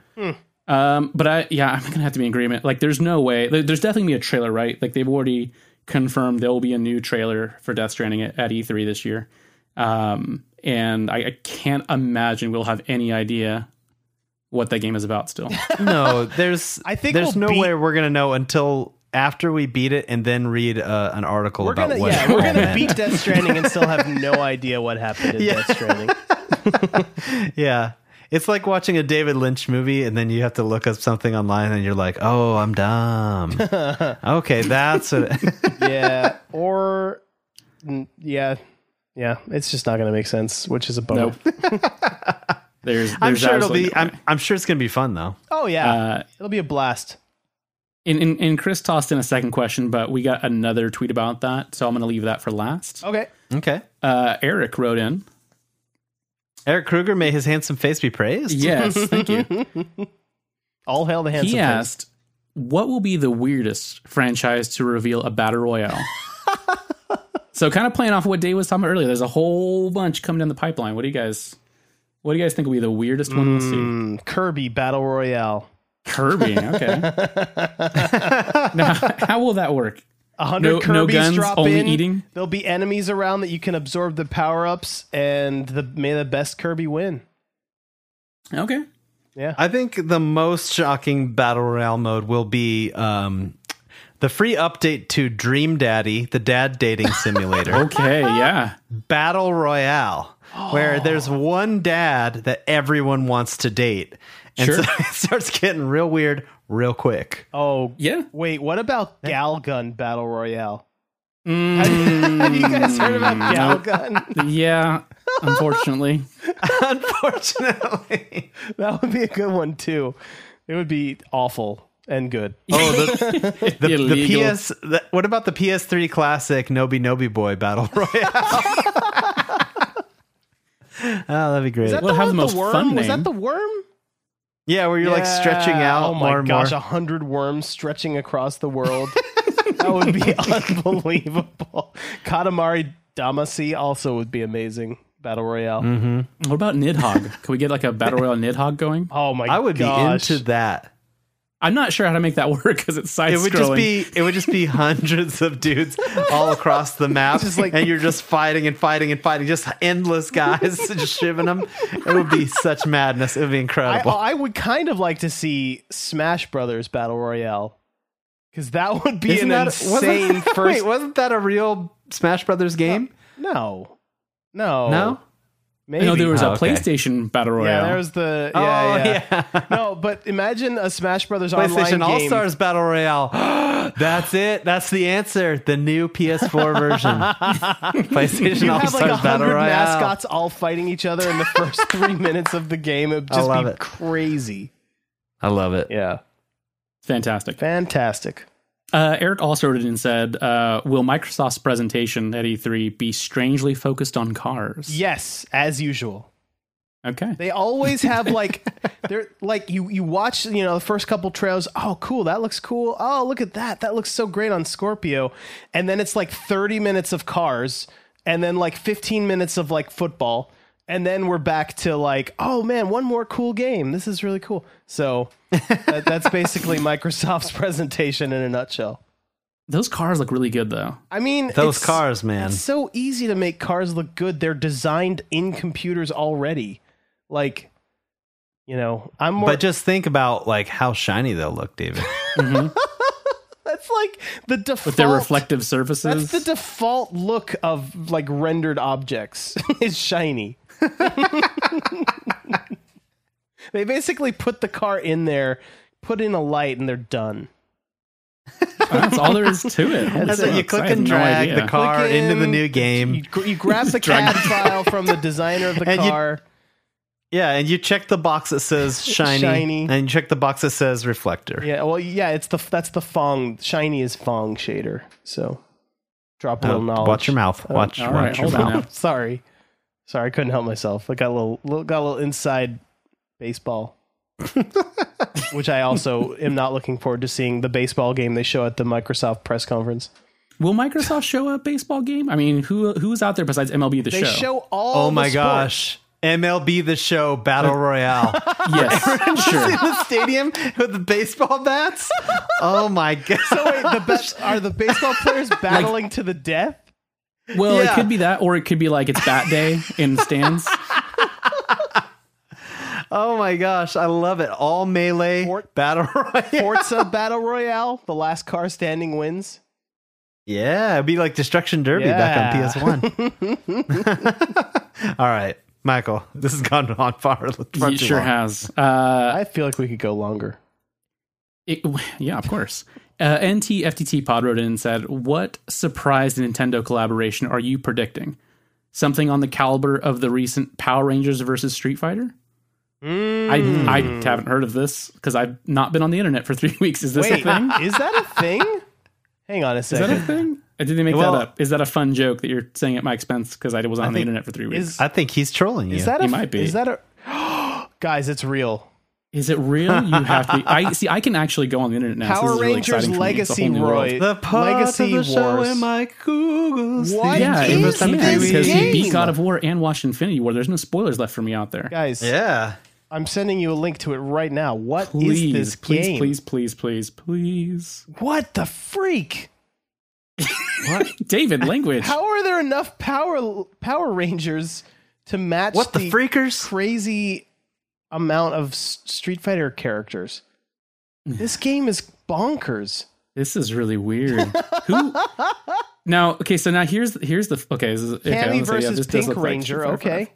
Speaker 2: Um, but I, yeah, I'm gonna have to be in agreement. Like, there's no way. there- There's definitely gonna be a trailer, right? Like, they've already confirmed there will be a new trailer for Death Stranding at, at E3 this year. Um, and I, I can't imagine we'll have any idea what that game is
Speaker 1: *laughs*
Speaker 2: about. Still,
Speaker 1: *laughs* No, there's
Speaker 3: I think
Speaker 1: there's
Speaker 3: we'll
Speaker 1: no
Speaker 3: beat-
Speaker 1: way we're going to know until after we beat it and then read uh, an article
Speaker 3: we're
Speaker 1: about
Speaker 3: gonna,
Speaker 1: what
Speaker 3: yeah,
Speaker 1: it
Speaker 3: we're
Speaker 1: all
Speaker 3: gonna
Speaker 1: meant.
Speaker 3: beat Death Stranding and still have *laughs* no idea what happened in Death Stranding.
Speaker 1: Yeah. It's like watching a David Lynch movie and then you have to look up something online and you're like, oh, I'm dumb.
Speaker 3: *laughs*
Speaker 1: okay, that's what.
Speaker 3: Yeah, or mm, yeah, yeah, it's just not gonna make sense, which is a bummer.
Speaker 2: nope. there's, there's
Speaker 1: I'm sure it'll
Speaker 2: absolutely
Speaker 1: be,
Speaker 2: no
Speaker 1: I'm, I'm sure it's going to be fun though.
Speaker 3: *laughs* Oh yeah,
Speaker 2: way. Uh,
Speaker 3: it'll be a blast.
Speaker 2: and, and, and Chris tossed in a second question, but we got another tweet about that, so I'm gonna leave that for last.
Speaker 3: Okay,
Speaker 1: Okay.
Speaker 2: Uh, Eric wrote in.
Speaker 1: Eric Kruger, may his handsome face be praised.
Speaker 2: *laughs* Yes, thank you.
Speaker 3: all hail the handsome.
Speaker 2: he
Speaker 3: face.
Speaker 2: asked, "What will be the weirdest franchise to reveal a battle *laughs* royale?" so, kind of playing off what Dave was talking about earlier, there's a whole bunch coming down the pipeline. What do you guys? What do you guys think will be the weirdest one we'll see?
Speaker 3: Mm, Kirby Battle Royale.
Speaker 2: Kirby. *laughs* Okay. now, how will that work?
Speaker 3: A hundred
Speaker 2: No-
Speaker 3: Kirby's
Speaker 2: no guns,
Speaker 3: drop
Speaker 2: only
Speaker 3: in.
Speaker 2: eating?
Speaker 3: There'll be enemies around that you can absorb the power ups, and the may the best Kirby win.
Speaker 2: Okay.
Speaker 1: I think the most shocking battle royale mode will be um, the free update to Dream Daddy, the dad
Speaker 3: *laughs*
Speaker 1: dating simulator,
Speaker 2: Okay. Yeah.
Speaker 1: battle royale,
Speaker 3: Oh.
Speaker 1: where there's one dad that everyone wants to date, and
Speaker 2: Sure.
Speaker 1: so *laughs* it starts getting real weird real quick.
Speaker 3: Oh
Speaker 2: Yeah.
Speaker 3: Wait, what about Galgun Battle Royale?
Speaker 2: Mm,
Speaker 1: Mm.
Speaker 3: *laughs* Have you guys heard about Galgun?
Speaker 2: yeah. Unfortunately,
Speaker 1: *laughs* Unfortunately.
Speaker 3: That would be a good one too. It would be awful and good.
Speaker 1: Oh,
Speaker 2: *laughs*
Speaker 1: the, the, the
Speaker 2: Illegal.
Speaker 1: PS. The, what about the PS3 classic Nobi Nobi Boy Battle *laughs* Royale? oh, that'd be great.
Speaker 3: Is that
Speaker 2: We'll
Speaker 3: the
Speaker 2: have
Speaker 3: one
Speaker 2: the
Speaker 3: with
Speaker 2: most fun
Speaker 3: Was
Speaker 2: name.
Speaker 3: that the worm?
Speaker 1: yeah, where you're like stretching
Speaker 3: Yeah.
Speaker 1: out
Speaker 3: Oh
Speaker 1: more
Speaker 3: my
Speaker 1: and
Speaker 3: gosh, a
Speaker 1: more.
Speaker 3: hundred worms stretching across the world. *laughs* that
Speaker 1: *laughs*
Speaker 3: would be unbelievable. Katamari Damacy also would be amazing. Battle Royale.
Speaker 1: Mm-hmm.
Speaker 2: What about Nidhogg? Can we get like a battle royale Nidhogg going?
Speaker 3: Oh my!
Speaker 1: I would
Speaker 3: gosh.
Speaker 1: be into that.
Speaker 2: I'm not sure how to make that *laughs* work because it's side
Speaker 1: It would just be it would just *laughs* be hundreds of dudes all across the map,
Speaker 3: Just like-
Speaker 1: and you're just fighting and fighting and fighting, just endless guys, *laughs* just shivving them. It would be such madness. It would be
Speaker 3: I,
Speaker 1: incredible.
Speaker 3: I would kind of like to see Smash Brothers Battle Royale because that would be
Speaker 1: Isn't
Speaker 3: an
Speaker 1: that-
Speaker 3: insane
Speaker 1: wasn't, *laughs*
Speaker 3: first.
Speaker 1: Wait, wasn't that a real Smash Brothers game?
Speaker 3: no, no,
Speaker 1: No.
Speaker 3: Maybe.
Speaker 2: I know there was
Speaker 1: Oh,
Speaker 2: a
Speaker 1: okay.
Speaker 2: PlayStation battle royale.
Speaker 3: yeah, there was the yeah,
Speaker 1: oh
Speaker 3: yeah.
Speaker 1: yeah.
Speaker 3: No, but imagine a Smash Brothers online
Speaker 1: *laughs* PlayStation
Speaker 3: game.
Speaker 1: All Stars Battle Royale. *gasps* That's it. That's the answer. The new PS4 *laughs* version. PlayStation
Speaker 3: You
Speaker 1: All
Speaker 3: have
Speaker 1: Stars
Speaker 3: like a
Speaker 1: Battle
Speaker 3: hundred
Speaker 1: Royale.
Speaker 3: mascots all fighting each other in the
Speaker 1: *laughs*
Speaker 3: first three minutes of the game. It would
Speaker 1: I
Speaker 3: just
Speaker 1: love
Speaker 3: be
Speaker 1: it.
Speaker 3: crazy.
Speaker 1: I love it.
Speaker 3: Yeah,
Speaker 2: Fantastic.
Speaker 3: fantastic.
Speaker 2: Uh, Eric also wrote in and said, uh, "Will Microsoft's presentation at E3 be strangely focused on cars?"
Speaker 3: Yes, as usual.
Speaker 2: Okay.
Speaker 3: They always have like *laughs* they're like you you watch you know the first couple trails. Oh, cool, that looks cool. Oh, look at that, that looks so great on Scorpio. And then it's like thirty minutes of cars, and then like fifteen minutes of like football, and then we're back to like oh man, one more cool game. This is really cool. So that, that's
Speaker 1: *laughs*
Speaker 3: basically Microsoft's presentation in a nutshell.
Speaker 2: Those cars look really good though.
Speaker 3: I mean,
Speaker 1: Those
Speaker 3: it's-
Speaker 1: cars, man.
Speaker 3: it's so easy to make cars look good. They're designed in computers already. Like, you know, I'm more.
Speaker 1: But just think about like how shiny they'll look,
Speaker 3: *laughs*
Speaker 1: David.
Speaker 3: that's like the default.
Speaker 2: With their reflective surfaces.
Speaker 3: That's the default look of like rendered objects *laughs* is shiny. they basically put the car in there, put in a light, and they're done.
Speaker 2: Oh, That's all there is to it.
Speaker 1: *laughs*
Speaker 2: Holy
Speaker 1: That's it. You
Speaker 2: smokes, I
Speaker 1: click
Speaker 2: had
Speaker 1: and
Speaker 2: no
Speaker 1: drag
Speaker 2: idea.
Speaker 1: the car
Speaker 3: Click
Speaker 1: into the
Speaker 3: in,
Speaker 1: new
Speaker 3: You,
Speaker 1: game.
Speaker 3: gr-
Speaker 1: *laughs*
Speaker 3: you grab the CAD file from the designer of the
Speaker 1: And you-
Speaker 3: car.
Speaker 1: Yeah, and you check the box that
Speaker 3: *laughs*
Speaker 1: says shiny,
Speaker 3: Shiny.
Speaker 1: and you check the box that says reflector.
Speaker 3: Yeah, well, yeah, it's the that's the Fong shiny is Fong shader. So drop a
Speaker 1: Uh,
Speaker 3: little knowledge.
Speaker 1: watch your mouth.
Speaker 3: Oh,
Speaker 1: Watch,
Speaker 2: all
Speaker 1: watch
Speaker 2: right,
Speaker 1: your
Speaker 2: hold on
Speaker 1: mouth.
Speaker 2: now.
Speaker 3: *laughs* Sorry, sorry, I couldn't help myself. I got a little, little got a little inside
Speaker 1: *laughs*
Speaker 3: baseball, which I also am not looking forward to seeing the baseball game they show at the Microsoft press conference.
Speaker 2: Will Microsoft show a baseball game? I mean, who who is out there besides MLB the
Speaker 3: They
Speaker 2: show?
Speaker 3: show all.
Speaker 1: Oh
Speaker 3: the Uh,
Speaker 1: my
Speaker 3: sports.
Speaker 1: gosh. MLB the show Battle
Speaker 3: *laughs*
Speaker 1: Royale. *laughs*
Speaker 2: Yes,
Speaker 1: in
Speaker 2: sure.
Speaker 1: the stadium with the baseball bats. Oh my *laughs* god!
Speaker 3: Wait, the
Speaker 1: *laughs*
Speaker 3: best are the baseball players battling to the death.
Speaker 2: Well,
Speaker 1: Yeah.
Speaker 2: it could be that, or it could be like it's Bat Day
Speaker 1: *laughs*
Speaker 2: in stands.
Speaker 1: oh my gosh! I love it. All melee
Speaker 3: Fort-
Speaker 1: battle *laughs* royale.
Speaker 3: Forza Battle Royale, the last car standing wins.
Speaker 1: Yeah, it'd be like Destruction Derby back on
Speaker 3: Yeah.
Speaker 1: PS
Speaker 3: *laughs*
Speaker 1: One. *laughs* All right, Michael, this has gone on far. far
Speaker 2: It
Speaker 1: too
Speaker 2: sure
Speaker 1: long.
Speaker 2: has. Uh,
Speaker 3: I feel like we could go longer.
Speaker 2: It, *laughs* yeah, of course. Uh, NTFTT Pod wrote in and said, "What surprise Nintendo collaboration are you predicting? Something on the caliber of the recent Power Rangers versus Street Fighter?
Speaker 3: Hmm.
Speaker 2: I I haven't heard of this because I've not been on the internet for *laughs* three weeks. Is this
Speaker 3: Wait,
Speaker 2: a thing? *laughs*
Speaker 3: is that a thing? Hang on a
Speaker 2: Is that a
Speaker 3: second. *laughs*
Speaker 2: thing? Or did they make
Speaker 1: Well-
Speaker 2: that up? Is that a fun joke that you're saying at my expense because *laughs* I was on the
Speaker 1: think-
Speaker 2: internet for three weeks?
Speaker 3: Is,
Speaker 1: I think he's trolling you.
Speaker 3: is that a?
Speaker 2: He might be.
Speaker 3: Is that a? *gasps* Guys, it's real.
Speaker 2: Is it real? You have to. Be, I see. I can actually go on the
Speaker 3: *laughs*
Speaker 2: internet now. so
Speaker 3: Power
Speaker 2: this is really
Speaker 3: Rangers
Speaker 2: exciting for me. It's a whole
Speaker 3: Legacy
Speaker 2: new world.
Speaker 3: Roy.
Speaker 1: the part
Speaker 3: Legacy
Speaker 1: of the show
Speaker 3: Wars.
Speaker 1: in my Google's
Speaker 3: What?
Speaker 1: thing.
Speaker 2: Yeah,
Speaker 3: It
Speaker 2: it
Speaker 3: is
Speaker 2: was something
Speaker 1: this
Speaker 2: because
Speaker 3: game.
Speaker 2: he beat God of War and watched Infinity War. There's no spoilers left for me out there.
Speaker 3: Guys,
Speaker 1: Yeah.
Speaker 3: I'm sending you a link to it right now. What is
Speaker 2: please,
Speaker 3: this
Speaker 2: please,
Speaker 3: game?
Speaker 2: please, please, please, please,
Speaker 3: What the freak? *laughs*
Speaker 2: David, language.
Speaker 3: How are there enough Power Power Rangers to match
Speaker 1: What the freakers?
Speaker 3: crazy amount of S- Street Fighter characters?
Speaker 2: Hmm.
Speaker 3: This game is bonkers.
Speaker 2: This is really weird.
Speaker 3: *laughs*
Speaker 2: Who? Now, okay, so now here's here's the okay. This is, okay I'm
Speaker 3: Cammy
Speaker 2: gonna say, yeah,
Speaker 3: versus
Speaker 2: this does
Speaker 3: Pink
Speaker 2: look like
Speaker 3: Ranger.
Speaker 2: Street Fighter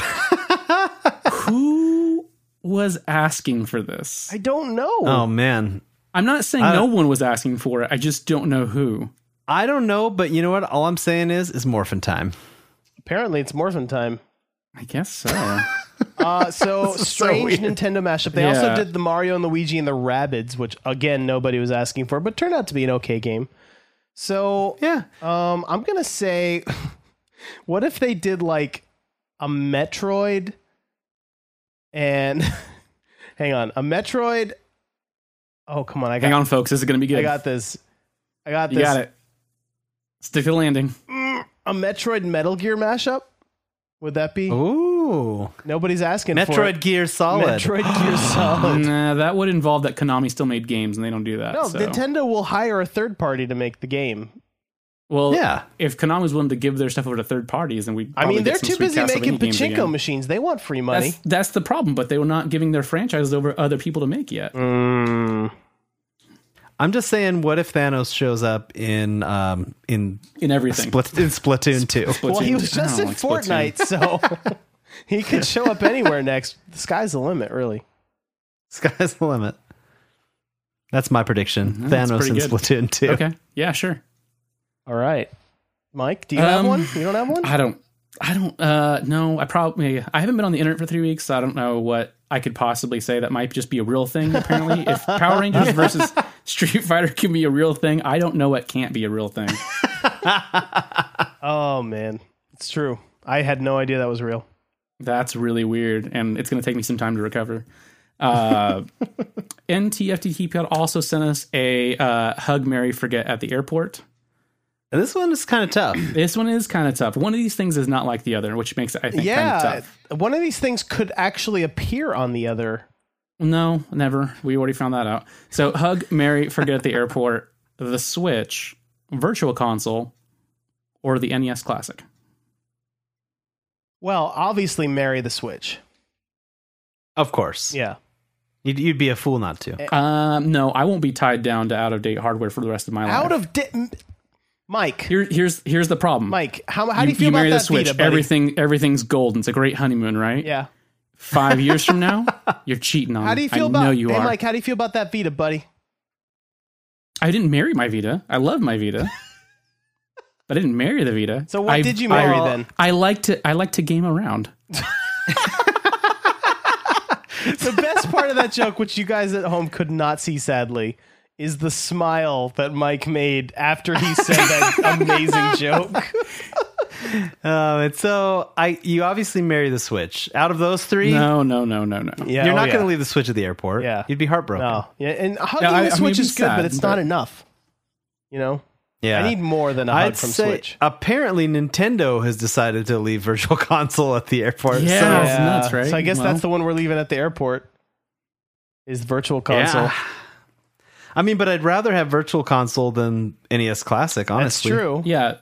Speaker 3: okay.
Speaker 2: five. Who was asking for this?
Speaker 3: I don't know.
Speaker 1: Oh man,
Speaker 2: I'm not saying
Speaker 1: I
Speaker 2: no
Speaker 1: don't-
Speaker 2: one was asking for it. I just don't know who.
Speaker 1: I don't know, but you know what? All I'm saying is, is morphin time.
Speaker 3: Apparently, it's morphin time.
Speaker 2: I guess
Speaker 3: *laughs*
Speaker 2: so.
Speaker 3: Uh, *laughs* so
Speaker 1: This is so
Speaker 3: strange
Speaker 1: weird.
Speaker 3: Nintendo mashup. They
Speaker 2: Yeah.
Speaker 3: also did the Mario and Luigi and the Rabbids, which again nobody was asking for, but turned out to be an okay game. So
Speaker 1: Yeah.
Speaker 3: um, I'm gonna say, *laughs* what if they did like a Metroid and *laughs* hang on, a Metroid. Oh come on, I got
Speaker 2: Hang on, folks. This is going to be good.
Speaker 3: I got this, I got
Speaker 2: you
Speaker 3: this.
Speaker 2: got it. Stick to the landing.
Speaker 3: A Metroid Metal Gear mashup. Would that be?
Speaker 1: Ooh.
Speaker 3: Nobody's asking for
Speaker 1: Metroid
Speaker 3: it.
Speaker 1: Gear Solid.
Speaker 3: Metroid Gear Solid.
Speaker 2: Nah, that would involve that Konami still made games, and they don't do that.
Speaker 3: Oh. *laughs* No,
Speaker 2: so.
Speaker 3: Nintendo will hire a third party to make the game.
Speaker 2: Well,
Speaker 1: Yeah.
Speaker 2: If Konami's willing to give their stuff over to third parties, then we.
Speaker 3: I mean, they're too busy making pachinko machines. They want free money.
Speaker 2: That's, that's the problem, but they were not giving their franchises over other people to make yet. mm,
Speaker 3: Mm.
Speaker 1: I'm just saying, what if Thanos shows up in um in
Speaker 2: In everything,
Speaker 1: Split in Splatoon two?
Speaker 3: well, he
Speaker 2: Splatoon.
Speaker 3: was
Speaker 2: I
Speaker 3: just
Speaker 2: don't
Speaker 3: in
Speaker 2: like Splatoon.
Speaker 3: Fortnite, so *laughs* he could show up anywhere next. The sky's the limit, really.
Speaker 1: *laughs* Sky's the limit. Mm-hmm, That's my prediction.
Speaker 2: that's
Speaker 1: Thanos in
Speaker 2: pretty good.
Speaker 1: Splatoon two.
Speaker 2: Okay, yeah, sure.
Speaker 3: All right, Mike, do you have
Speaker 2: Um,
Speaker 3: one? You don't have one?
Speaker 2: I don't. I don't. Uh, no, I probably. I haven't been on the internet for three weeks, so I don't know what I could possibly say that might just be a real thing. Apparently, if Power
Speaker 3: *laughs*
Speaker 2: Rangers versus Street Fighter can be a real thing, I don't know what can't be a real thing.
Speaker 3: oh man, it's true. I had no idea that was real.
Speaker 2: That's really weird, and it's going to take me some time to recover.
Speaker 3: *laughs*
Speaker 2: Uh, NTFTTPod also sent us a uh, hug, Mary, forget at the airport.
Speaker 1: And This one is kind of *clears throat* tough.
Speaker 2: This one is kind of tough. One of these things is not like the other, which makes it, I think, kind
Speaker 3: Yeah,
Speaker 2: of tough.
Speaker 3: one of these things could actually appear on the other.
Speaker 2: No, never. We already found that out. So, hug, Mary, forget at the airport, the Switch, Virtual Console, or the NES Classic.
Speaker 3: Well, obviously, marry the Switch.
Speaker 1: Of course.
Speaker 3: Yeah.
Speaker 1: You'd, you'd be a fool not to.
Speaker 3: Eh.
Speaker 2: Um, no, I won't be tied down to out of date hardware for the rest of my life.
Speaker 3: Out of di- m- Mike.
Speaker 2: Here, here's here's the problem.
Speaker 3: Mike, how, how do you feel about
Speaker 2: marry
Speaker 3: that
Speaker 2: the switch?
Speaker 3: Vita, buddy?
Speaker 2: Everything everything's gold. It's a great honeymoon, right?
Speaker 3: Yeah.
Speaker 2: Five years from
Speaker 3: *laughs*
Speaker 2: now, you're cheating on.
Speaker 3: How
Speaker 2: me.
Speaker 3: do you feel
Speaker 2: I
Speaker 3: about?
Speaker 2: Know you
Speaker 3: hey,
Speaker 2: are.
Speaker 3: Mike, how do you feel about that Vita, buddy?
Speaker 2: I didn't marry my Vita. I love my
Speaker 3: *laughs*
Speaker 2: Vita. but I didn't marry the Vita.
Speaker 3: So what
Speaker 2: I-
Speaker 3: did you
Speaker 2: I-
Speaker 3: marry then?
Speaker 2: I like to I like to game around.
Speaker 3: The best part of *laughs* that joke, which you guys at home could not see, sadly, is the smile that Mike made after he said *laughs* that amazing joke.
Speaker 1: Um, and so I, you obviously marry the Switch. Out of those three,
Speaker 2: No, no, no, no, no.
Speaker 3: Yeah,
Speaker 1: you're
Speaker 3: oh,
Speaker 1: not
Speaker 3: yeah.
Speaker 1: going to leave the Switch at the airport.
Speaker 3: Yeah.
Speaker 1: you'd be heartbroken.
Speaker 3: No, yeah, and hugging
Speaker 2: Yeah, I- I
Speaker 3: the
Speaker 2: mean,
Speaker 3: Switch
Speaker 2: it'd
Speaker 3: is
Speaker 2: be
Speaker 3: good, but
Speaker 2: sad,
Speaker 3: it's not
Speaker 2: but-
Speaker 3: enough. You know,
Speaker 1: Yeah,
Speaker 3: I need more than a hug
Speaker 1: I'd
Speaker 3: from
Speaker 1: say
Speaker 3: Switch.
Speaker 1: apparently Nintendo has decided to leave Virtual *laughs* Console at the airport.
Speaker 2: Yeah.
Speaker 1: so-
Speaker 2: That's nuts, right?
Speaker 3: So I guess
Speaker 2: Well-
Speaker 3: that's the one we're leaving at the airport. Is virtual console?
Speaker 1: Yeah. I mean, but I'd rather have Virtual Console than NES Classic.
Speaker 3: That's
Speaker 1: Honestly,
Speaker 3: true.
Speaker 2: Yeah.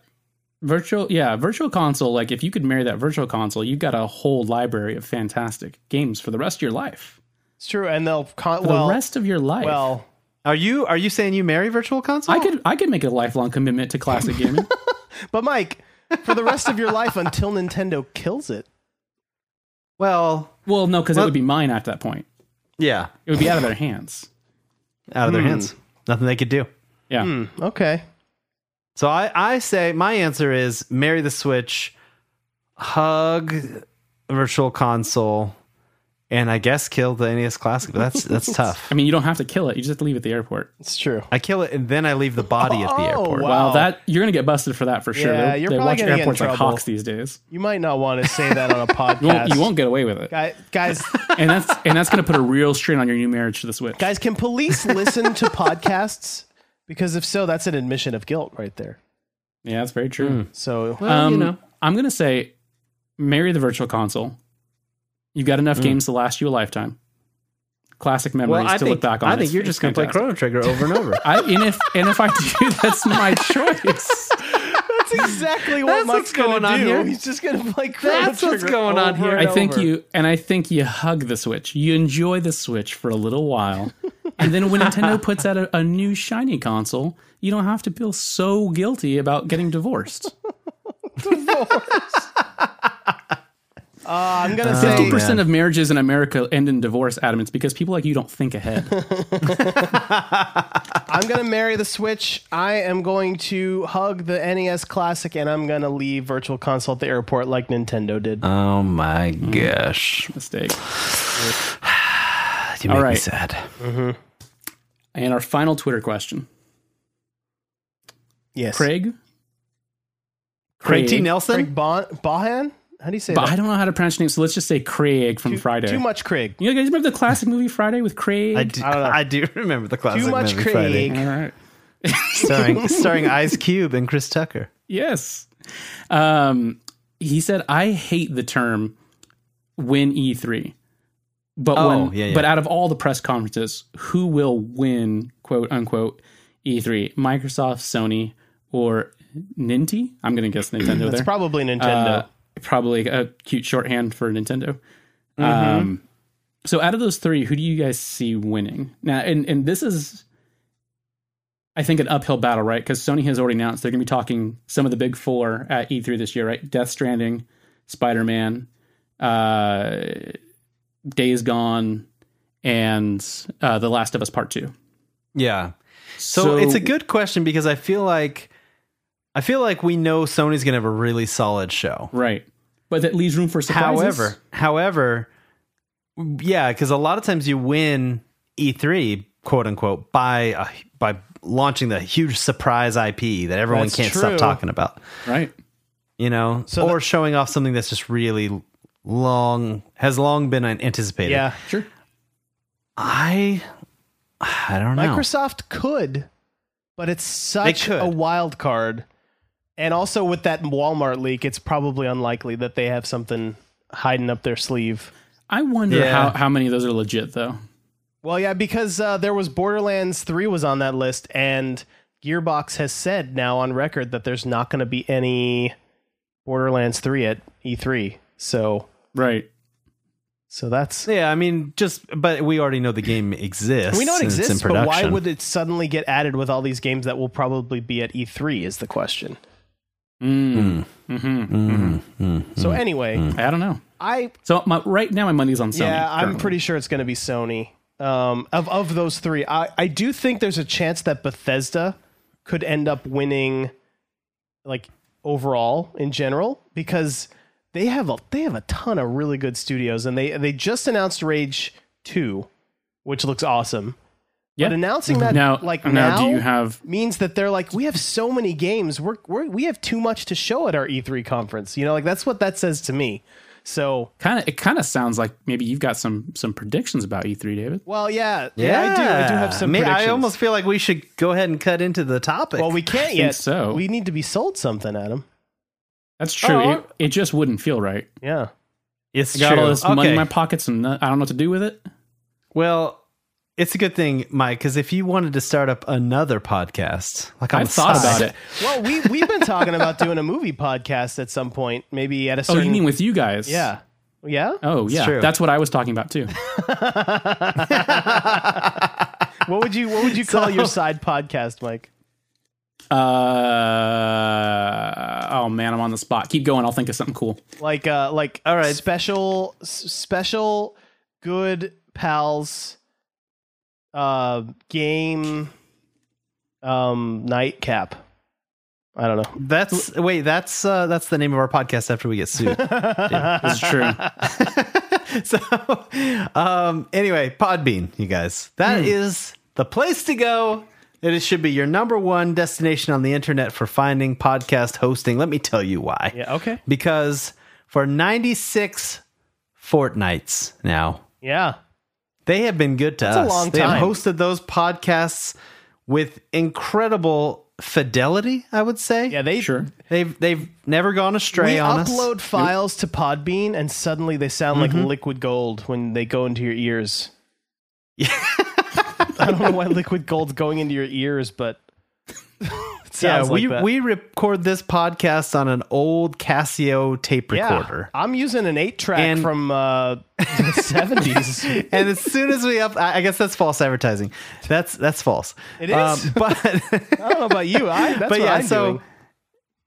Speaker 2: Virtual yeah, virtual console, like if you could marry that virtual console, you've got a whole library of fantastic games for the rest of your life.
Speaker 3: It's true, and they'll con-
Speaker 2: For
Speaker 3: well,
Speaker 2: the rest of your life.
Speaker 3: well,
Speaker 1: Are you are you saying you marry Virtual Console?
Speaker 2: I could I could make a lifelong commitment to classic gaming.
Speaker 3: *laughs* but Mike, for the rest of your life until Nintendo kills it.
Speaker 1: Well,
Speaker 2: Well, no, because it
Speaker 1: Well-
Speaker 2: would be mine at that point.
Speaker 1: yeah,
Speaker 2: It would be
Speaker 3: *laughs*
Speaker 2: out of their hands.
Speaker 1: out of
Speaker 3: Hmm.
Speaker 1: their hands, nothing they could do.
Speaker 2: Yeah.
Speaker 3: Okay.
Speaker 1: So I, I say my answer is marry the Switch, hug Virtual Console, and I guess kill the NES Classic. But that's *laughs* that's tough.
Speaker 2: I mean, you don't have to kill it. You just have to leave it at the airport.
Speaker 3: It's true.
Speaker 1: I kill it and then I leave the body at the
Speaker 3: Oh,
Speaker 1: airport.
Speaker 3: wow.
Speaker 2: Wow, that you're gonna get busted for that for sure.
Speaker 3: Yeah,
Speaker 2: They-
Speaker 3: you're
Speaker 2: they
Speaker 3: probably
Speaker 2: watch
Speaker 3: gonna get in
Speaker 2: airports like
Speaker 3: trouble.
Speaker 2: hawks these days.
Speaker 3: You might not want to say that on
Speaker 2: *laughs*
Speaker 3: a podcast.
Speaker 2: You won't, you won't get away with it,
Speaker 3: Guy- Guys,
Speaker 2: and that's and that's gonna put a real strain on your new marriage to the switch.
Speaker 3: guys, can police listen to podcasts? Because if so, that's an admission of guilt right there.
Speaker 2: Yeah, that's very
Speaker 3: Hmm.
Speaker 2: true.
Speaker 3: So
Speaker 2: Um, I'm gonna say, marry the virtual console. You've got
Speaker 3: Hmm.
Speaker 2: enough games to last you a lifetime. Classic memories
Speaker 1: I
Speaker 2: to
Speaker 1: think,
Speaker 2: look back on.
Speaker 1: I think
Speaker 2: It's-
Speaker 1: you're just going
Speaker 2: it's
Speaker 1: to play
Speaker 2: fantastic.
Speaker 1: Chrono Trigger over and
Speaker 2: *laughs*
Speaker 1: over.
Speaker 2: I, and if and if I do, *laughs* that's my choice.
Speaker 3: that's exactly what
Speaker 1: That's
Speaker 3: Mike's
Speaker 1: what's going
Speaker 3: gonna
Speaker 1: on
Speaker 3: do.
Speaker 1: here.
Speaker 3: He's just going to play. Chrono
Speaker 1: That's what's
Speaker 3: Trigger
Speaker 1: going on
Speaker 3: over
Speaker 1: here.
Speaker 3: and
Speaker 2: I think
Speaker 3: over.
Speaker 2: you and I think you hug the Switch. You enjoy the Switch for a little
Speaker 3: *laughs*
Speaker 2: while, and then when Nintendo puts out a, a new shiny console, you don't have to feel so
Speaker 3: *laughs*
Speaker 2: guilty about getting divorced.
Speaker 3: Uh, I'm gonna say
Speaker 2: Fifty percent of marriages in America end in divorce, Adam. It's because people like you don't think
Speaker 3: *laughs*
Speaker 2: ahead.
Speaker 3: I'm gonna marry the Switch. I am going to hug the NES Classic, and I'm gonna leave Virtual Console at the airport like Nintendo did.
Speaker 2: Uh,
Speaker 1: Oh my
Speaker 2: Mm.
Speaker 1: gosh.
Speaker 2: Mistake.
Speaker 1: You make
Speaker 2: All
Speaker 1: me
Speaker 2: right.
Speaker 1: sad.
Speaker 2: And our final Twitter question,
Speaker 3: yes,
Speaker 2: Craig.
Speaker 1: Craig T. Nelson?
Speaker 3: Craig bon- Bahan. How do you say
Speaker 2: But
Speaker 3: that?
Speaker 2: I don't know how to pronounce your name, so let's just say Craig from Friday.
Speaker 3: Too much Craig.
Speaker 2: You guys remember the classic movie Friday with Craig?
Speaker 1: I *laughs* do,
Speaker 3: I don't know.
Speaker 1: I do remember the classic
Speaker 3: Too much
Speaker 1: movie
Speaker 3: Craig.
Speaker 1: Friday.
Speaker 2: All right.
Speaker 1: starring
Speaker 2: *laughs*
Speaker 1: starring Ice Cube and Chris Tucker.
Speaker 2: Yes. Um, he said, I hate the term win E3. But
Speaker 1: Oh,
Speaker 2: when,
Speaker 1: yeah, yeah.
Speaker 2: but out of all the press conferences, who will win quote unquote E3? Microsoft, Sony, or Ninty? I'm gonna
Speaker 1: *clears throat*
Speaker 2: guess Nintendo
Speaker 3: It's
Speaker 2: there.
Speaker 3: probably Nintendo.
Speaker 2: Uh, probably a cute shorthand for Nintendo.
Speaker 1: Mm-hmm.
Speaker 2: Um, so out of those three, who do you guys see winning now? And and this is, I think, an uphill battle, right? Because Sony has already announced they're going to be talking some of the big four at E3 this year, right? Death Stranding, Spider Man, uh, Days Gone, and uh, The Last of Us Part Two.
Speaker 1: Yeah. So, it's a good question because I feel like I feel like we know Sony's gonna have a really solid show.
Speaker 2: right, but that leaves room for surprises.
Speaker 1: However, however, yeah, because a lot of times you win E3, quote unquote, by uh, by launching the huge surprise IP that everyone
Speaker 3: That's
Speaker 1: can't
Speaker 3: true.
Speaker 1: stop talking about.
Speaker 2: right.
Speaker 1: You know, or showing off something that's just really long has long been anticipated.
Speaker 3: yeah,
Speaker 2: Sure.
Speaker 1: I I don't know.
Speaker 3: Microsoft could, but it's such
Speaker 1: could.
Speaker 3: a wild card. And also with that Walmart leak, it's probably unlikely that they have something hiding up their sleeve.
Speaker 2: I wonder
Speaker 1: Yeah.
Speaker 2: how, how many of those are legit though.
Speaker 3: Well, yeah, because uh, there was Borderlands 3 was on that list, and Gearbox has said now on record that there's not going to be any Borderlands 3 at E3. So,
Speaker 2: Right.
Speaker 3: so that's
Speaker 1: Yeah, I mean, just but we already know the game exists.
Speaker 3: we know it
Speaker 1: and
Speaker 3: exists,
Speaker 1: it's in
Speaker 3: but why
Speaker 1: production.
Speaker 3: would it suddenly get added with all these games that will probably be at E3 is the question.
Speaker 2: Mm.
Speaker 1: Hmm.
Speaker 2: Mm-hmm.
Speaker 3: So anyway,
Speaker 2: I don't know.
Speaker 3: I
Speaker 2: So my, right now my money's on Sony.
Speaker 3: Yeah, I'm
Speaker 2: currently.
Speaker 3: pretty sure it's going to be Sony. Um, of of those three, I, I do think there's a chance that Bethesda could end up winning, like overall in general, because they have a they have a ton of really good studios, and they they just announced Rage Two, which looks awesome.
Speaker 2: Yeah. Mm-hmm.
Speaker 3: But announcing that
Speaker 2: now,
Speaker 3: like
Speaker 2: now,
Speaker 3: now,
Speaker 2: do you have?
Speaker 3: means that they're like we have so many games we're, we're we have too much to show at our E3 conference. You know, like that's what that says to me. So
Speaker 2: Kind of. It kind of sounds like maybe you've got some some predictions about E3, David.
Speaker 3: Well, yeah, yeah, I do. I do have some.
Speaker 1: mean, I
Speaker 3: predictions.
Speaker 1: almost feel like we should go ahead and cut into the topic.
Speaker 3: Well, we can't
Speaker 2: think
Speaker 3: yet.
Speaker 2: so.
Speaker 3: we need to be sold something, Adam.
Speaker 2: That's true.
Speaker 1: Oh, I-
Speaker 2: it, it just wouldn't feel right.
Speaker 3: Yeah.
Speaker 1: it's
Speaker 2: I got
Speaker 1: true.
Speaker 2: all this
Speaker 1: okay.
Speaker 2: money in my pockets and no- I don't know what to do with it.
Speaker 1: well, it's a good thing, Mike, because if you wanted to start up another podcast, like on
Speaker 2: I've
Speaker 1: the
Speaker 2: thought
Speaker 1: side-
Speaker 2: about it.
Speaker 3: Well, we we've been talking about doing a movie podcast at some point, maybe at
Speaker 2: Oh,
Speaker 3: a certain.
Speaker 2: you mean with you guys?
Speaker 3: yeah, yeah.
Speaker 2: Oh, yeah.
Speaker 1: true.
Speaker 2: That's what I was talking about too. *laughs*
Speaker 3: What would you
Speaker 2: *laughs*
Speaker 3: What would you call your side podcast, Mike?
Speaker 2: uh, oh man, I'm on the spot. Keep going. I'll think of something cool.
Speaker 3: Like, uh, like,
Speaker 1: All right.
Speaker 3: special s- special good pals, uh, game, um, nightcap. I don't know.
Speaker 1: That's wait, that's uh, that's the name of our podcast after we get
Speaker 3: *laughs*
Speaker 1: sued. *laughs*
Speaker 2: It's *laughs* true.
Speaker 1: so, um, anyway, Podbean, you guys,
Speaker 3: Hmm.
Speaker 1: that is the place to go. It should be your number one destination on the internet for finding podcast hosting. Let me tell you why.
Speaker 3: Yeah. Okay.
Speaker 1: because for 96 fortnights now,
Speaker 3: Yeah.
Speaker 1: they have been good to
Speaker 3: a
Speaker 1: us.
Speaker 3: long
Speaker 1: they
Speaker 3: time.
Speaker 1: have hosted those podcasts with incredible fidelity, I would say.
Speaker 3: Yeah. They
Speaker 2: Sure.
Speaker 1: They've they've never gone astray
Speaker 3: we
Speaker 1: on
Speaker 3: upload
Speaker 1: us.
Speaker 3: files to Podbean, and suddenly they sound
Speaker 1: Mm-hmm.
Speaker 3: like liquid gold when they go into your ears. *laughs* I don't know why liquid gold's going into your
Speaker 1: *laughs*
Speaker 3: ears, but it
Speaker 1: Yeah,
Speaker 3: sounds like
Speaker 1: we
Speaker 3: that.
Speaker 1: we record this podcast on an old Casio tape
Speaker 3: yeah,
Speaker 1: recorder.
Speaker 3: I'm using an eight track
Speaker 1: And-
Speaker 3: from uh,
Speaker 1: *laughs*
Speaker 3: the seventies.
Speaker 1: and as soon as we up, I I guess that's false advertising. That's that's false. It
Speaker 3: is?
Speaker 1: but
Speaker 3: *laughs* I don't know about you. I *laughs* that's
Speaker 1: but
Speaker 3: what
Speaker 1: yeah,
Speaker 3: I'm
Speaker 1: so
Speaker 3: doing.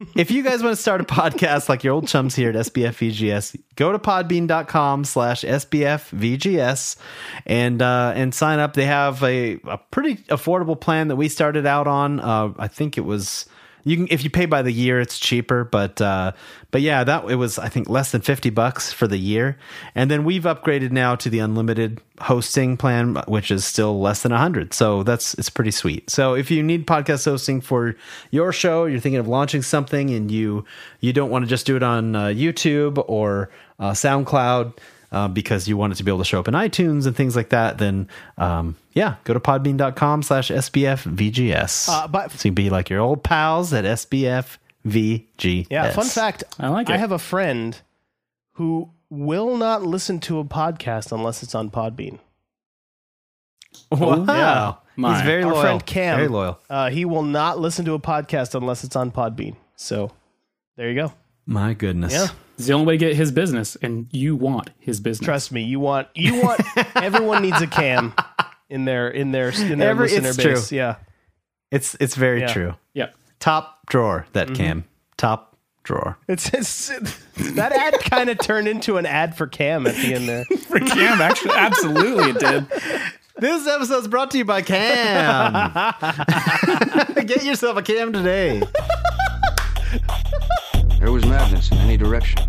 Speaker 1: *laughs* if you guys want to start a podcast like your old chums here at SBF VGS, go to podbean.com slash SBF VGS and, uh, and sign up. They have a, a pretty affordable plan that we started out on. Uh, I think it was, you can, if you pay by the year, it's cheaper, but, uh, but yeah, that, it was, I think less than 50 bucks for the year. And then we've upgraded now to the unlimited hosting plan, which is still less than 100. So that's it's pretty sweet. So if you need podcast hosting for your show, you're thinking of launching something, and you you don't want to just do it on uh, YouTube or uh, SoundCloud uh, because you want it to be able to show up in iTunes and things like that, then um, yeah, go to podbean.com slash sbfvgs.
Speaker 3: Uh, but-
Speaker 1: so you can be like your old pals at sbfvgs.
Speaker 3: Yeah. Fun fact.
Speaker 2: I like
Speaker 3: I
Speaker 2: it.
Speaker 3: have a friend who will not listen to a podcast unless it's on Podbean.
Speaker 1: Wow.
Speaker 2: Yeah.
Speaker 1: He's
Speaker 2: My.
Speaker 1: very
Speaker 3: Our
Speaker 1: loyal.
Speaker 3: friend Cam.
Speaker 1: Very loyal.
Speaker 3: Uh, he will not listen to a podcast unless it's on Podbean. So there you go.
Speaker 1: My goodness.
Speaker 3: Yeah.
Speaker 2: It's the only way to get his business, and you want his business.
Speaker 3: Trust me, you want you
Speaker 1: *laughs*
Speaker 3: want everyone needs a cam in their in their in their
Speaker 1: Every-
Speaker 3: listener
Speaker 1: it's
Speaker 3: base. Yeah.
Speaker 1: It's it's very
Speaker 3: Yeah.
Speaker 1: true.
Speaker 2: Yeah. Mm-hmm.
Speaker 1: Top drawer that cam. Top drawer.
Speaker 3: It's, it's that ad kind of turned into an ad for cam at the end there.
Speaker 2: For Cam,
Speaker 3: *laughs*
Speaker 2: actually, absolutely it did.
Speaker 1: This episode is brought to you by Cam. *laughs* Get yourself a cam today.
Speaker 4: There was madness in any direction.
Speaker 1: *laughs*